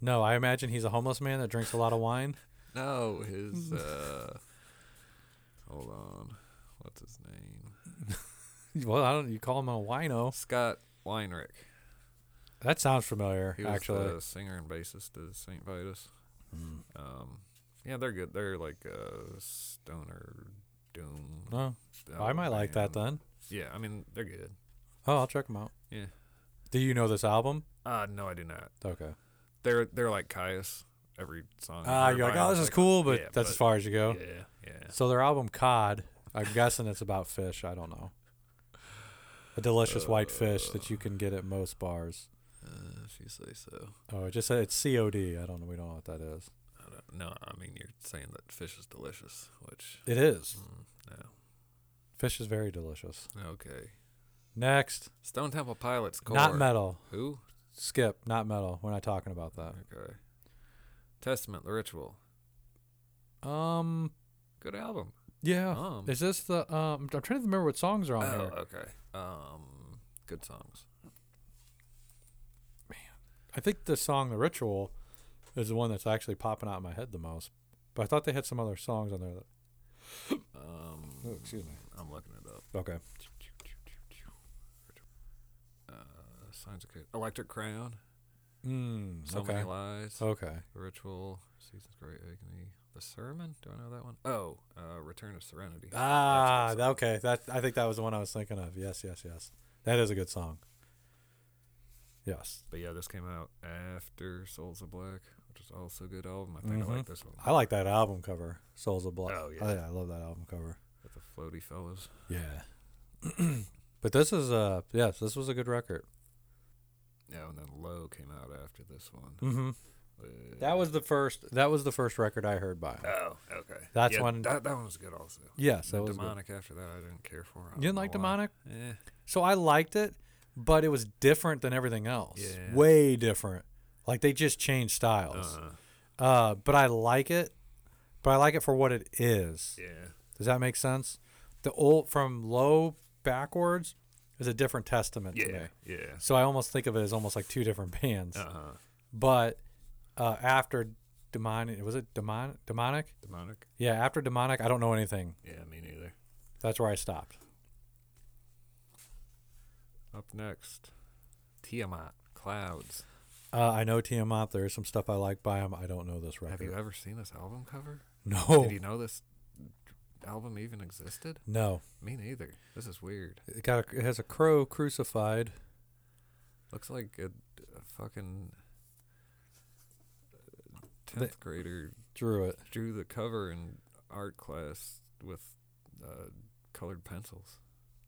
S3: No, I imagine he's a homeless man that drinks a lot of wine.
S4: No, his. uh Hold on. What's his name?
S3: Well, I don't. You call him a wino?
S4: Scott Weinrich.
S3: That sounds familiar.
S4: He was
S3: Actually, Hmm.
S4: the singer and bassist of St. Vitus. Um, yeah, they're good. They're like uh, stoner doom.
S3: no,
S4: Oh,
S3: I might like that
S4: man.
S3: then.
S4: Yeah, I mean they're good.
S3: Oh, I'll check him out.
S4: Yeah.
S3: Do you know this album?
S4: Uh no, I do not.
S3: Okay.
S4: They're they're like Caius. Every song.
S3: Ah,
S4: or
S3: you're like,
S4: vinyl
S3: oh, this is
S4: tape-
S3: cool, but
S4: yeah,
S3: that's as far as you go.
S4: Yeah, yeah.
S3: So their album Cod, I'm guessing it's about fish. I don't know. A delicious white fish that you can get at most bars.
S4: Uh, if you say so.
S3: Oh, it just said it's COD. I don't know. We don't know what that is.
S4: I don't, no, I mean you're saying that fish is delicious, which
S3: It is.
S4: mm, no.
S3: Fish is very delicious.
S4: Okay.
S3: Next,
S4: Stone Temple Pilots. Core.
S3: not metal.
S4: Who?
S3: Skip, not metal. We're not talking about that.
S4: Okay. Testament, the Ritual.
S3: Um,
S4: Good album.
S3: yeah.
S4: Um.
S3: Is this the? Um, I'm trying to remember what songs are on
S4: Oh,
S3: here.
S4: okay. Um, good songs.
S3: I think the song "The Ritual" is the one that's actually popping out in my head the most. But I thought they had some other songs on there. That,
S4: Um,
S3: oh, excuse me.
S4: I'm looking it up.
S3: Okay.
S4: Uh, signs of Chaos- Electric Crown.
S3: Mm,
S4: So
S3: okay.
S4: many lies.
S3: Okay.
S4: The Ritual. Season's Great Agony. The Sermon. Do I know that one? Oh, uh, Return of Serenity.
S3: Ah, tha- okay. That I think that was the one I was thinking of. Yes, yes, yes. That is a good song. Yes,
S4: But yeah, this came out after Souls of Black, which is also a good album. I think I like this one.
S3: I like that album cover. Souls of Blood.
S4: Oh, yeah.
S3: I, I love that album cover.
S4: With the floaty fellas.
S3: Yeah. but this is uh yes, this was a good record.
S4: Yeah, and then Low came out after this one.
S3: Mm-hmm. That was the first. That was the first record I heard by. him.
S4: Oh, okay.
S3: That's
S4: Yeah,
S3: one-
S4: That, that one was good also.
S3: yes, that
S4: So
S3: was good.
S4: demonic after that, I didn't care for. I
S3: You
S4: don't
S3: didn't
S4: know
S3: like
S4: why.
S3: demonic,
S4: Eh.
S3: so I liked it, but it was different than everything else.
S4: Yeah.
S3: Way different. Like they just changed styles.
S4: Uh,
S3: Uh, but I like it. But I like it for what it is.
S4: yeah.
S3: Does that make sense? The old from low backwards is a different testament to me.
S4: Yeah. Yeah.
S3: So I almost think of it as almost like two different bands.
S4: Uh huh.
S3: But uh, after demonic, was it demon demonic?
S4: Demonic.
S3: Yeah, after demonic, I don't know anything.
S4: Yeah, me neither.
S3: That's where I stopped.
S4: Up next, Tiamat Clouds.
S3: Uh, I know Tiamat. There's some stuff I like by him. I don't know this record.
S4: Have you ever seen this album cover?
S3: No,
S4: Did you know this album even existed?
S3: no.
S4: Me neither. This is weird.
S3: It got a, it has a crow crucified.
S4: Looks like a, a fucking uh, tenth grader
S3: Drew it.
S4: drew the cover in art class with uh, colored pencils.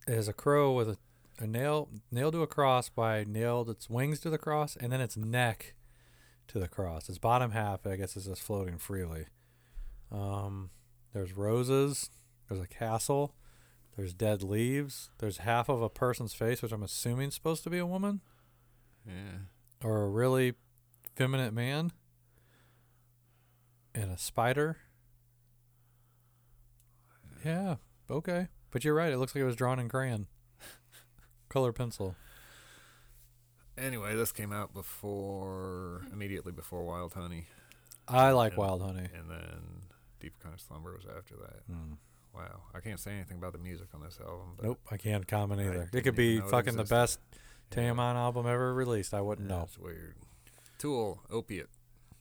S3: It has a crow with a, a nail nailed to a cross by nailed its wings to the cross and then its neck to the cross. Its bottom half, I guess, is just floating freely. Um, there's roses. There's a castle. There's dead leaves. There's half of a person's face, which I'm assuming is supposed to be a woman
S4: Yeah.
S3: or a really feminine man. And a spider. Yeah. Okay. But you're right. It looks like it was drawn in crayon, color pencil.
S4: Anyway, this came out before, immediately before Wild Honey,
S3: I like
S4: Yeah.
S3: Wild Honey.
S4: and then Deep Kind of Slumber was after that. Wow, I can't say anything about the music on this album. But
S3: Hmm. Nope, I can't comment
S4: I
S3: either. It
S4: didn't
S3: could be
S4: even know it
S3: fucking the
S4: existed.
S3: best
S4: yeah,
S3: Tamon album ever released. I wouldn't know.
S4: It's weird. Tool, Opiate.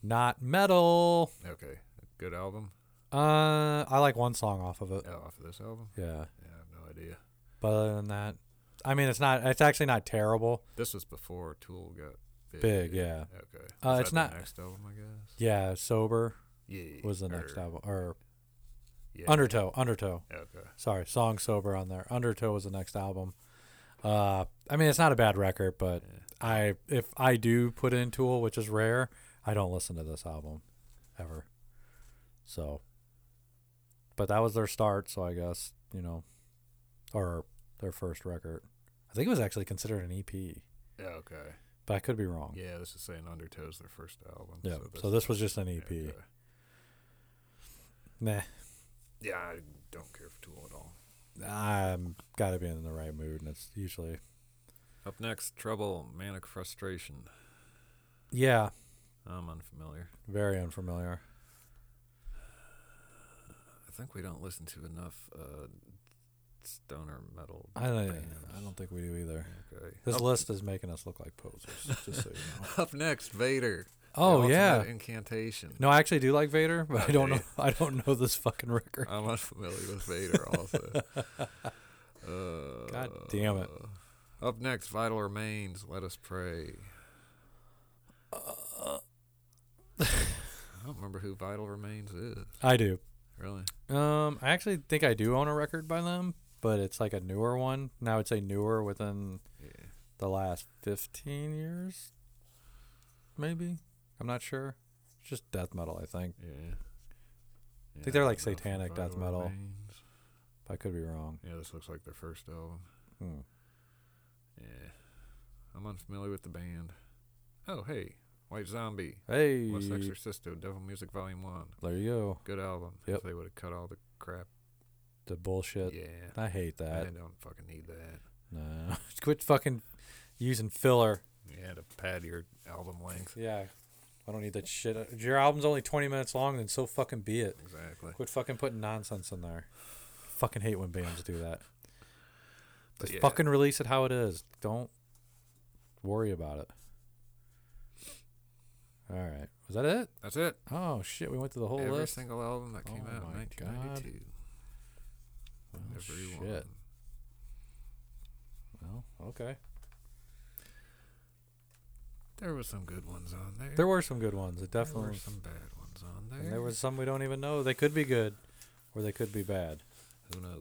S3: Not metal.
S4: Okay, a good album.
S3: Uh, I like one song off of it.
S4: Oh, off of this album?
S3: Yeah,
S4: Yeah, I have no idea.
S3: but other than that, I mean, it's not. It's actually not terrible.
S4: This was before Tool got big.
S3: Big, yeah,
S4: Okay.
S3: Uh,
S4: Is
S3: it's
S4: that
S3: not-
S4: the next album, I guess.
S3: yeah. Sober
S4: Yeah.
S3: was the next
S4: or-
S3: album, or
S4: Yeah.
S3: Undertow, Undertow.
S4: okay.
S3: Sorry, Song Sober on there. Undertow was the next album. Uh, I mean, it's not a bad record, but I if I do put in Tool, which is rare, I don't listen to this album ever. So, but that was their start, so I guess you know, or their first record. I think it was actually considered an EP,
S4: Yeah, okay.
S3: but I could be wrong.
S4: Yeah, this is saying Undertow's their first album.
S3: Yeah. So, this was just an EP.
S4: yeah, okay.
S3: Nah,
S4: Yeah, I don't care for Tool at all.
S3: I'm gotta be in the right mood, and it's usually
S4: Up next, Trouble, Manic Frustration.
S3: yeah,
S4: I'm unfamiliar.
S3: very unfamiliar.
S4: I think we don't listen to enough uh, stoner metal.
S3: I don't.
S4: bands.
S3: I don't think we do either.
S4: Okay.
S3: This
S4: up,
S3: list is making us look like posers. Just so you know.
S4: up next, Vader. the
S3: Oh
S4: ultimate
S3: yeah.
S4: incantation.
S3: No, I actually do like Vader, but I don't
S4: Okay.
S3: know. I don't know this fucking record.
S4: I'm unfamiliar with Vader. Also. uh,
S3: God damn it.
S4: Up next, Vital Remains. Let us pray. I don't remember who Vital Remains is.
S3: I do.
S4: Really?
S3: Um, I actually think I do own a record by them, but it's like a newer one. Now I would say newer within
S4: Yeah.
S3: the last fifteen years, maybe. I'm not sure. It's just death metal, I think.
S4: Yeah. Yeah,
S3: they're like
S4: don't know if
S3: satanic death
S4: Vital
S3: metal.
S4: Remains-
S3: I could be wrong.
S4: Yeah, this looks like their first album.
S3: Hmm.
S4: Yeah. I'm unfamiliar with the band. Oh, hey. White Zombie.
S3: Hey,
S4: West Exorcisto, Devil Music Volume 1.
S3: there you go.
S4: Good album.
S3: Yep.
S4: If they would have cut all the crap.
S3: The bullshit.
S4: yeah.
S3: I hate that.
S4: I don't fucking need that.
S3: No, quit fucking using filler.
S4: Yeah, to pad your album length.
S3: Yeah, I don't need that shit. If your album's only 20 minutes long, then so fucking be it.
S4: Exactly.
S3: Quit fucking putting nonsense in there. Fucking hate when bands do that.
S4: But
S3: Just
S4: yeah.
S3: fucking release it how it is. Don't worry about it. All right. Was that it?
S4: That's it.
S3: Oh, shit. We went through the whole
S4: Every
S3: list.
S4: single album that came
S3: Oh
S4: out in
S3: my God.
S4: 1992.
S3: Oh,
S4: Every one.
S3: shit. Well, okay.
S4: There were some good ones on there.
S3: There were some good ones. It
S4: There were
S3: definitely.
S4: some bad ones on
S3: and
S4: there.
S3: there was some we don't even know. They could be good or they could be bad.
S4: Who knows?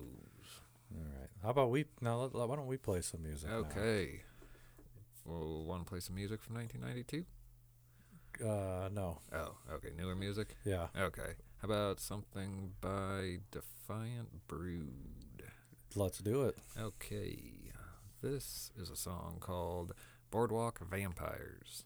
S3: All right. How about we now? Let, let- why don't we play some music? now?
S4: Okay. Well, want to play some music from 1992?
S3: Uh, no.
S4: Oh, okay. Newer music?
S3: Yeah.
S4: Okay. How about something by Defiant Brood?
S3: Let's do it.
S4: Okay. This is a song called Boardwalk Vampires.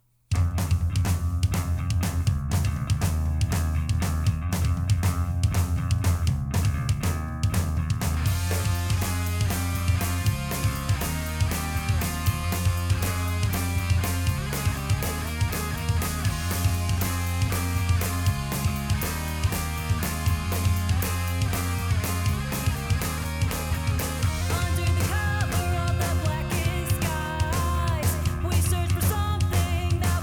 S5: Under the cover of the blackened skies, we search for something that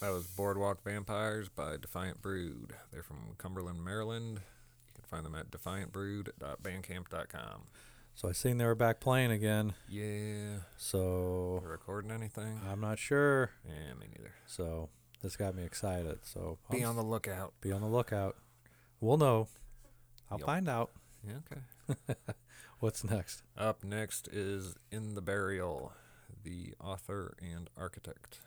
S4: That was Boardwalk Vampires by Defiant Brood. They're from Cumberland, Maryland. You can find them at defiantbrood.bandcamp.com.
S3: So I seen they were back playing again.
S4: Yeah.
S3: So
S4: We're recording anything?
S3: I'm not sure.
S4: Yeah, me neither.
S3: So this got me excited. So I'll
S4: Be
S3: s-
S4: on the lookout.
S3: be on the lookout. We'll know. I'll
S4: Yep.
S3: find out
S4: Yeah, okay.
S3: what's next.
S4: Up next is In the Burial, the author and architect.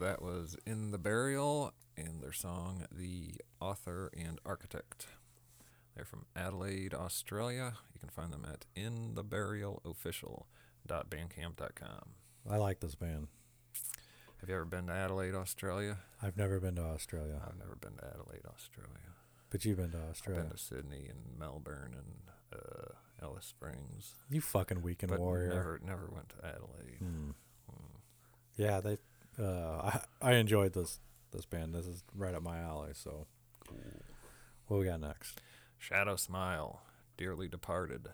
S4: That was In the Burial and their song The Author and Architect. They're from Adelaide, Australia. You can find them at intheburialofficial.bandcamp.com.
S3: I like this band.
S4: Have you ever been to Adelaide, Australia?
S3: I've never been to Australia,
S4: I've never been to Adelaide, Australia.
S3: but you've been to
S4: I've
S3: Australia.
S4: been to Sydney and Melbourne and uh, Alice Springs,
S3: You fucking weekend
S4: but
S3: warrior.
S4: never never went to Adelaide.
S3: Yeah, they. Uh, I I enjoyed this this band. This is right up my alley. So, what we got next?
S4: Shadow Smile, Dearly Departed.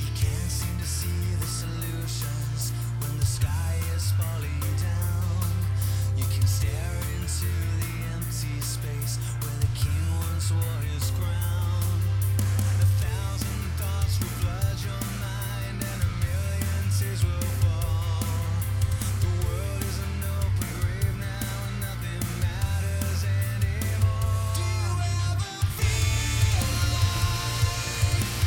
S5: You can't seem to see the solutions when the sky is falling down. You can stare into the empty space where the king once wore his crown. A thousand thoughts will flood your mind and a million tears will fall. The world is an open grave now and nothing matters anymore. Do you ever feel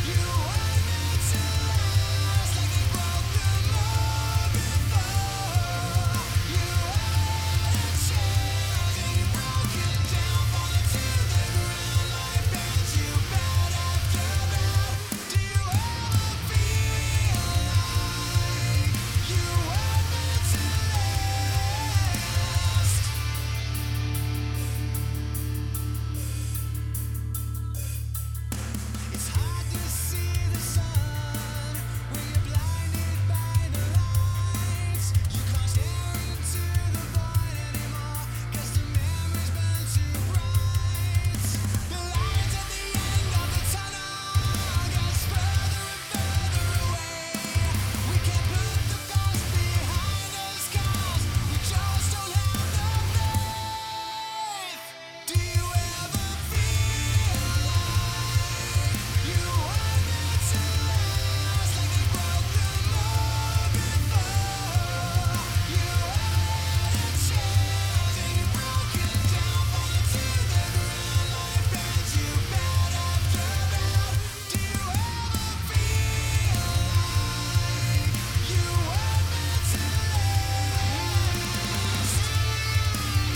S5: you are meant to last like a broken moment before? You had a chance and you broke it down, falling to the ground. Life bends you bad after bad. Do you ever feel like you are meant to last? It's hard to see the sun when you're blinded by the lights. You can't stare into the void anymore 'cause the memories burn too bright. The light at the end of the tunnel gets further and further away. We can't put the past behind us 'cause we just don't have the faith. Do you ever feel like? You are meant to last like a broken moment before. You had a chance and you broke it down, falling to the ground. Life bends you bad after bad. Do you ever feel like you are meant to last?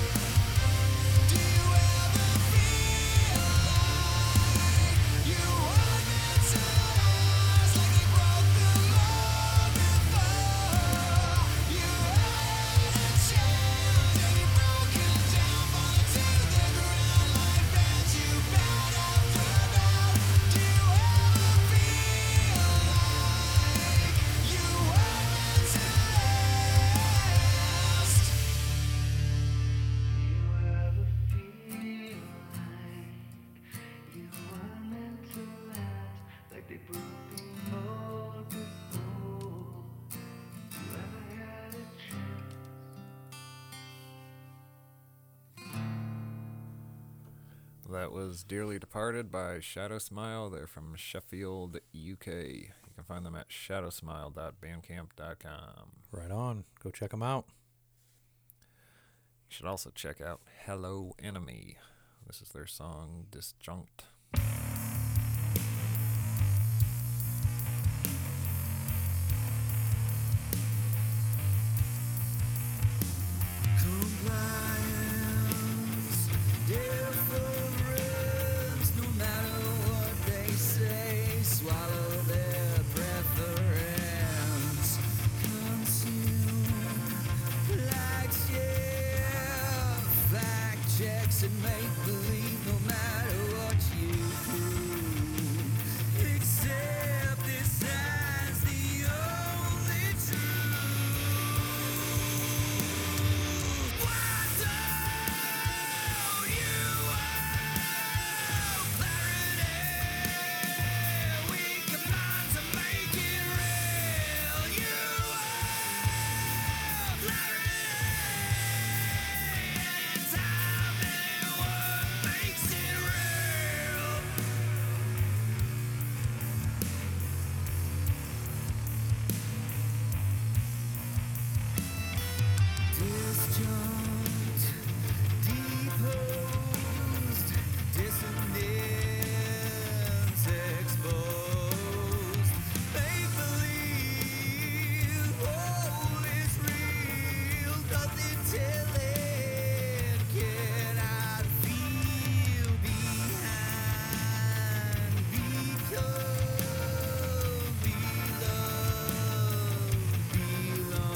S5: Do you ever feel like you are meant to last like a broken love before? You had a chance and you broke it down, falling to the ground. Life bends you bad after bad. Do you ever feel like you are meant to last?
S4: That was Dearly Departed by Shadow Smile. They're from Sheffield, UK. You can find them at shadowsmile.bandcamp.com.
S3: Right on. Go check them out.
S4: You should also check out Hello Enemy. This is their song Disjunct.
S5: You It's a make believe no matter what you prove. Except this time's the only truth. Why don't you have clarity? We combine to make it real. You have clarity, and in time and what makes it real. Disjunct, deposed, dissonance exposed. They believe all is real, nothing till it cannot feel behind, become, beloved.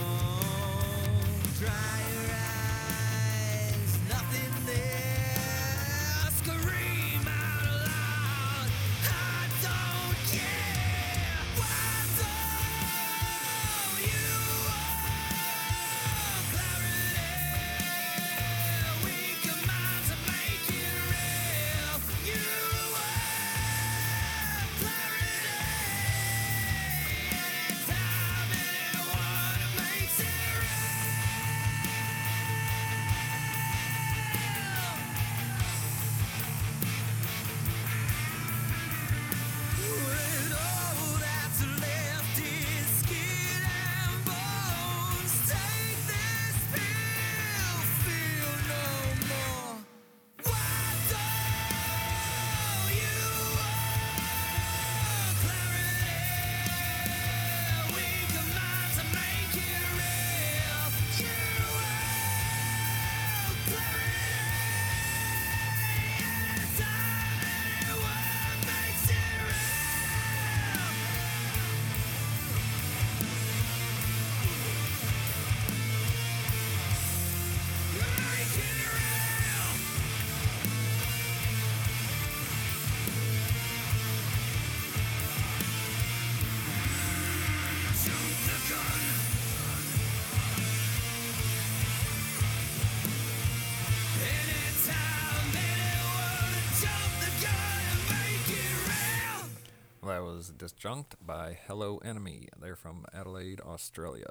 S4: That was Disjunct by Hello Enemy. They're from Adelaide, Australia.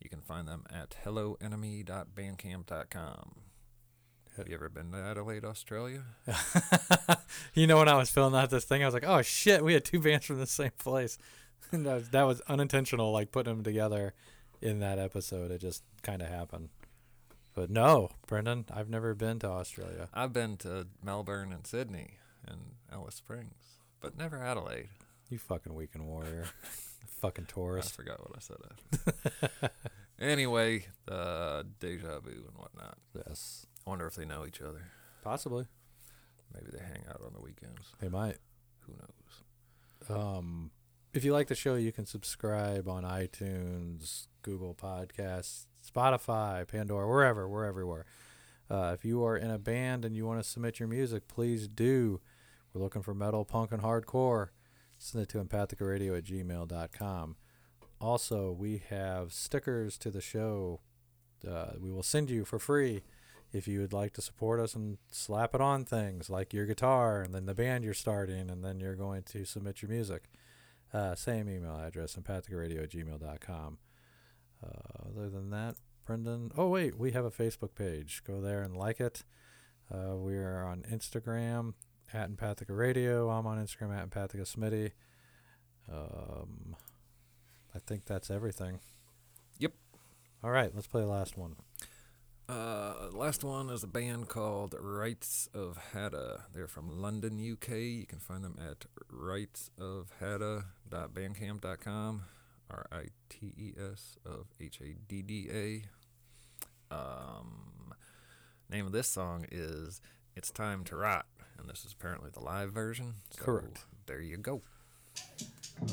S4: You can find them at helloenemy.bandcamp.com. Have you ever been to Adelaide, Australia?
S3: You know, when I was filling out this thing, I was like, "Oh shit, we had two bands from the same place." And that was, that was unintentional, like putting them together in that episode. It just kind of happened. But no, Brendan, I've never been to Australia.
S4: I've been to Melbourne and Sydney and Alice Springs, but never Adelaide.
S3: You fucking weekend warrior, fucking
S4: I
S3: tourist.
S4: forgot what I said after. anyway, uh, deja vu and whatnot.
S3: Yes,
S4: I wonder if they know each other.
S3: possibly
S4: Maybe they hang out on the weekends.
S3: they might.
S4: Who knows?
S3: Um, if you like the show, you can subscribe on iTunes, Google Podcasts, Spotify, Pandora, wherever. We're everywhere. Uh, if you are in a band and you want to submit your music, please do. We're looking for metal, punk, and hardcore. Send it to empathicaradio at gmail.com. Also, we have stickers to the show. Uh, we will send you for free if you would like to support us and slap it on things like your guitar and then the band you're starting and then you're going to submit your music. Uh, same email address, empathicradio at gmail.com. Uh, other than that, Brendan, oh, wait, we have a Facebook page. Go there and like it. Uh, we are on Instagram at Empathica Radio. I'm on Instagram at Empathica Smitty. Um, I think that's everything.
S4: Yep.
S3: All right, let's play the last one.
S4: Uh, last one is a band called Rights of Hatta. They're from London, UK. You can find them at rightsofhatta.bandcamp.com. R I T E S of H A D D A. Um, name of this song is "It's Time to Rot," and this is apparently the live version. So
S3: Correct.
S4: There you go.
S6: Thank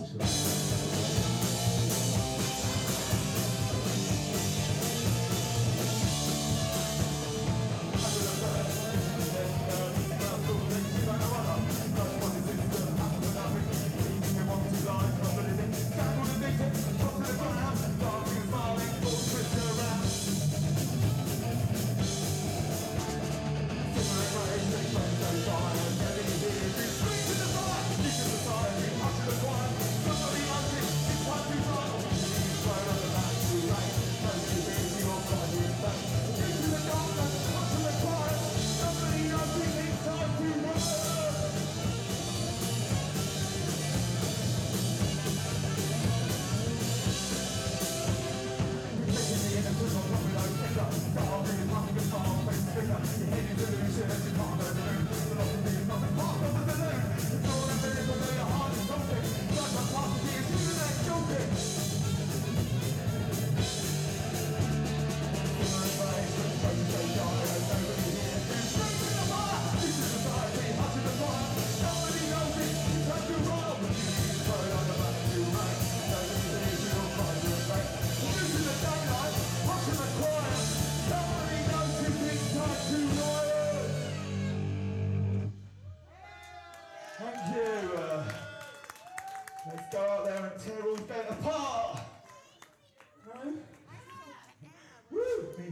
S6: uh,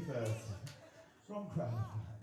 S6: first. Wrong crowd.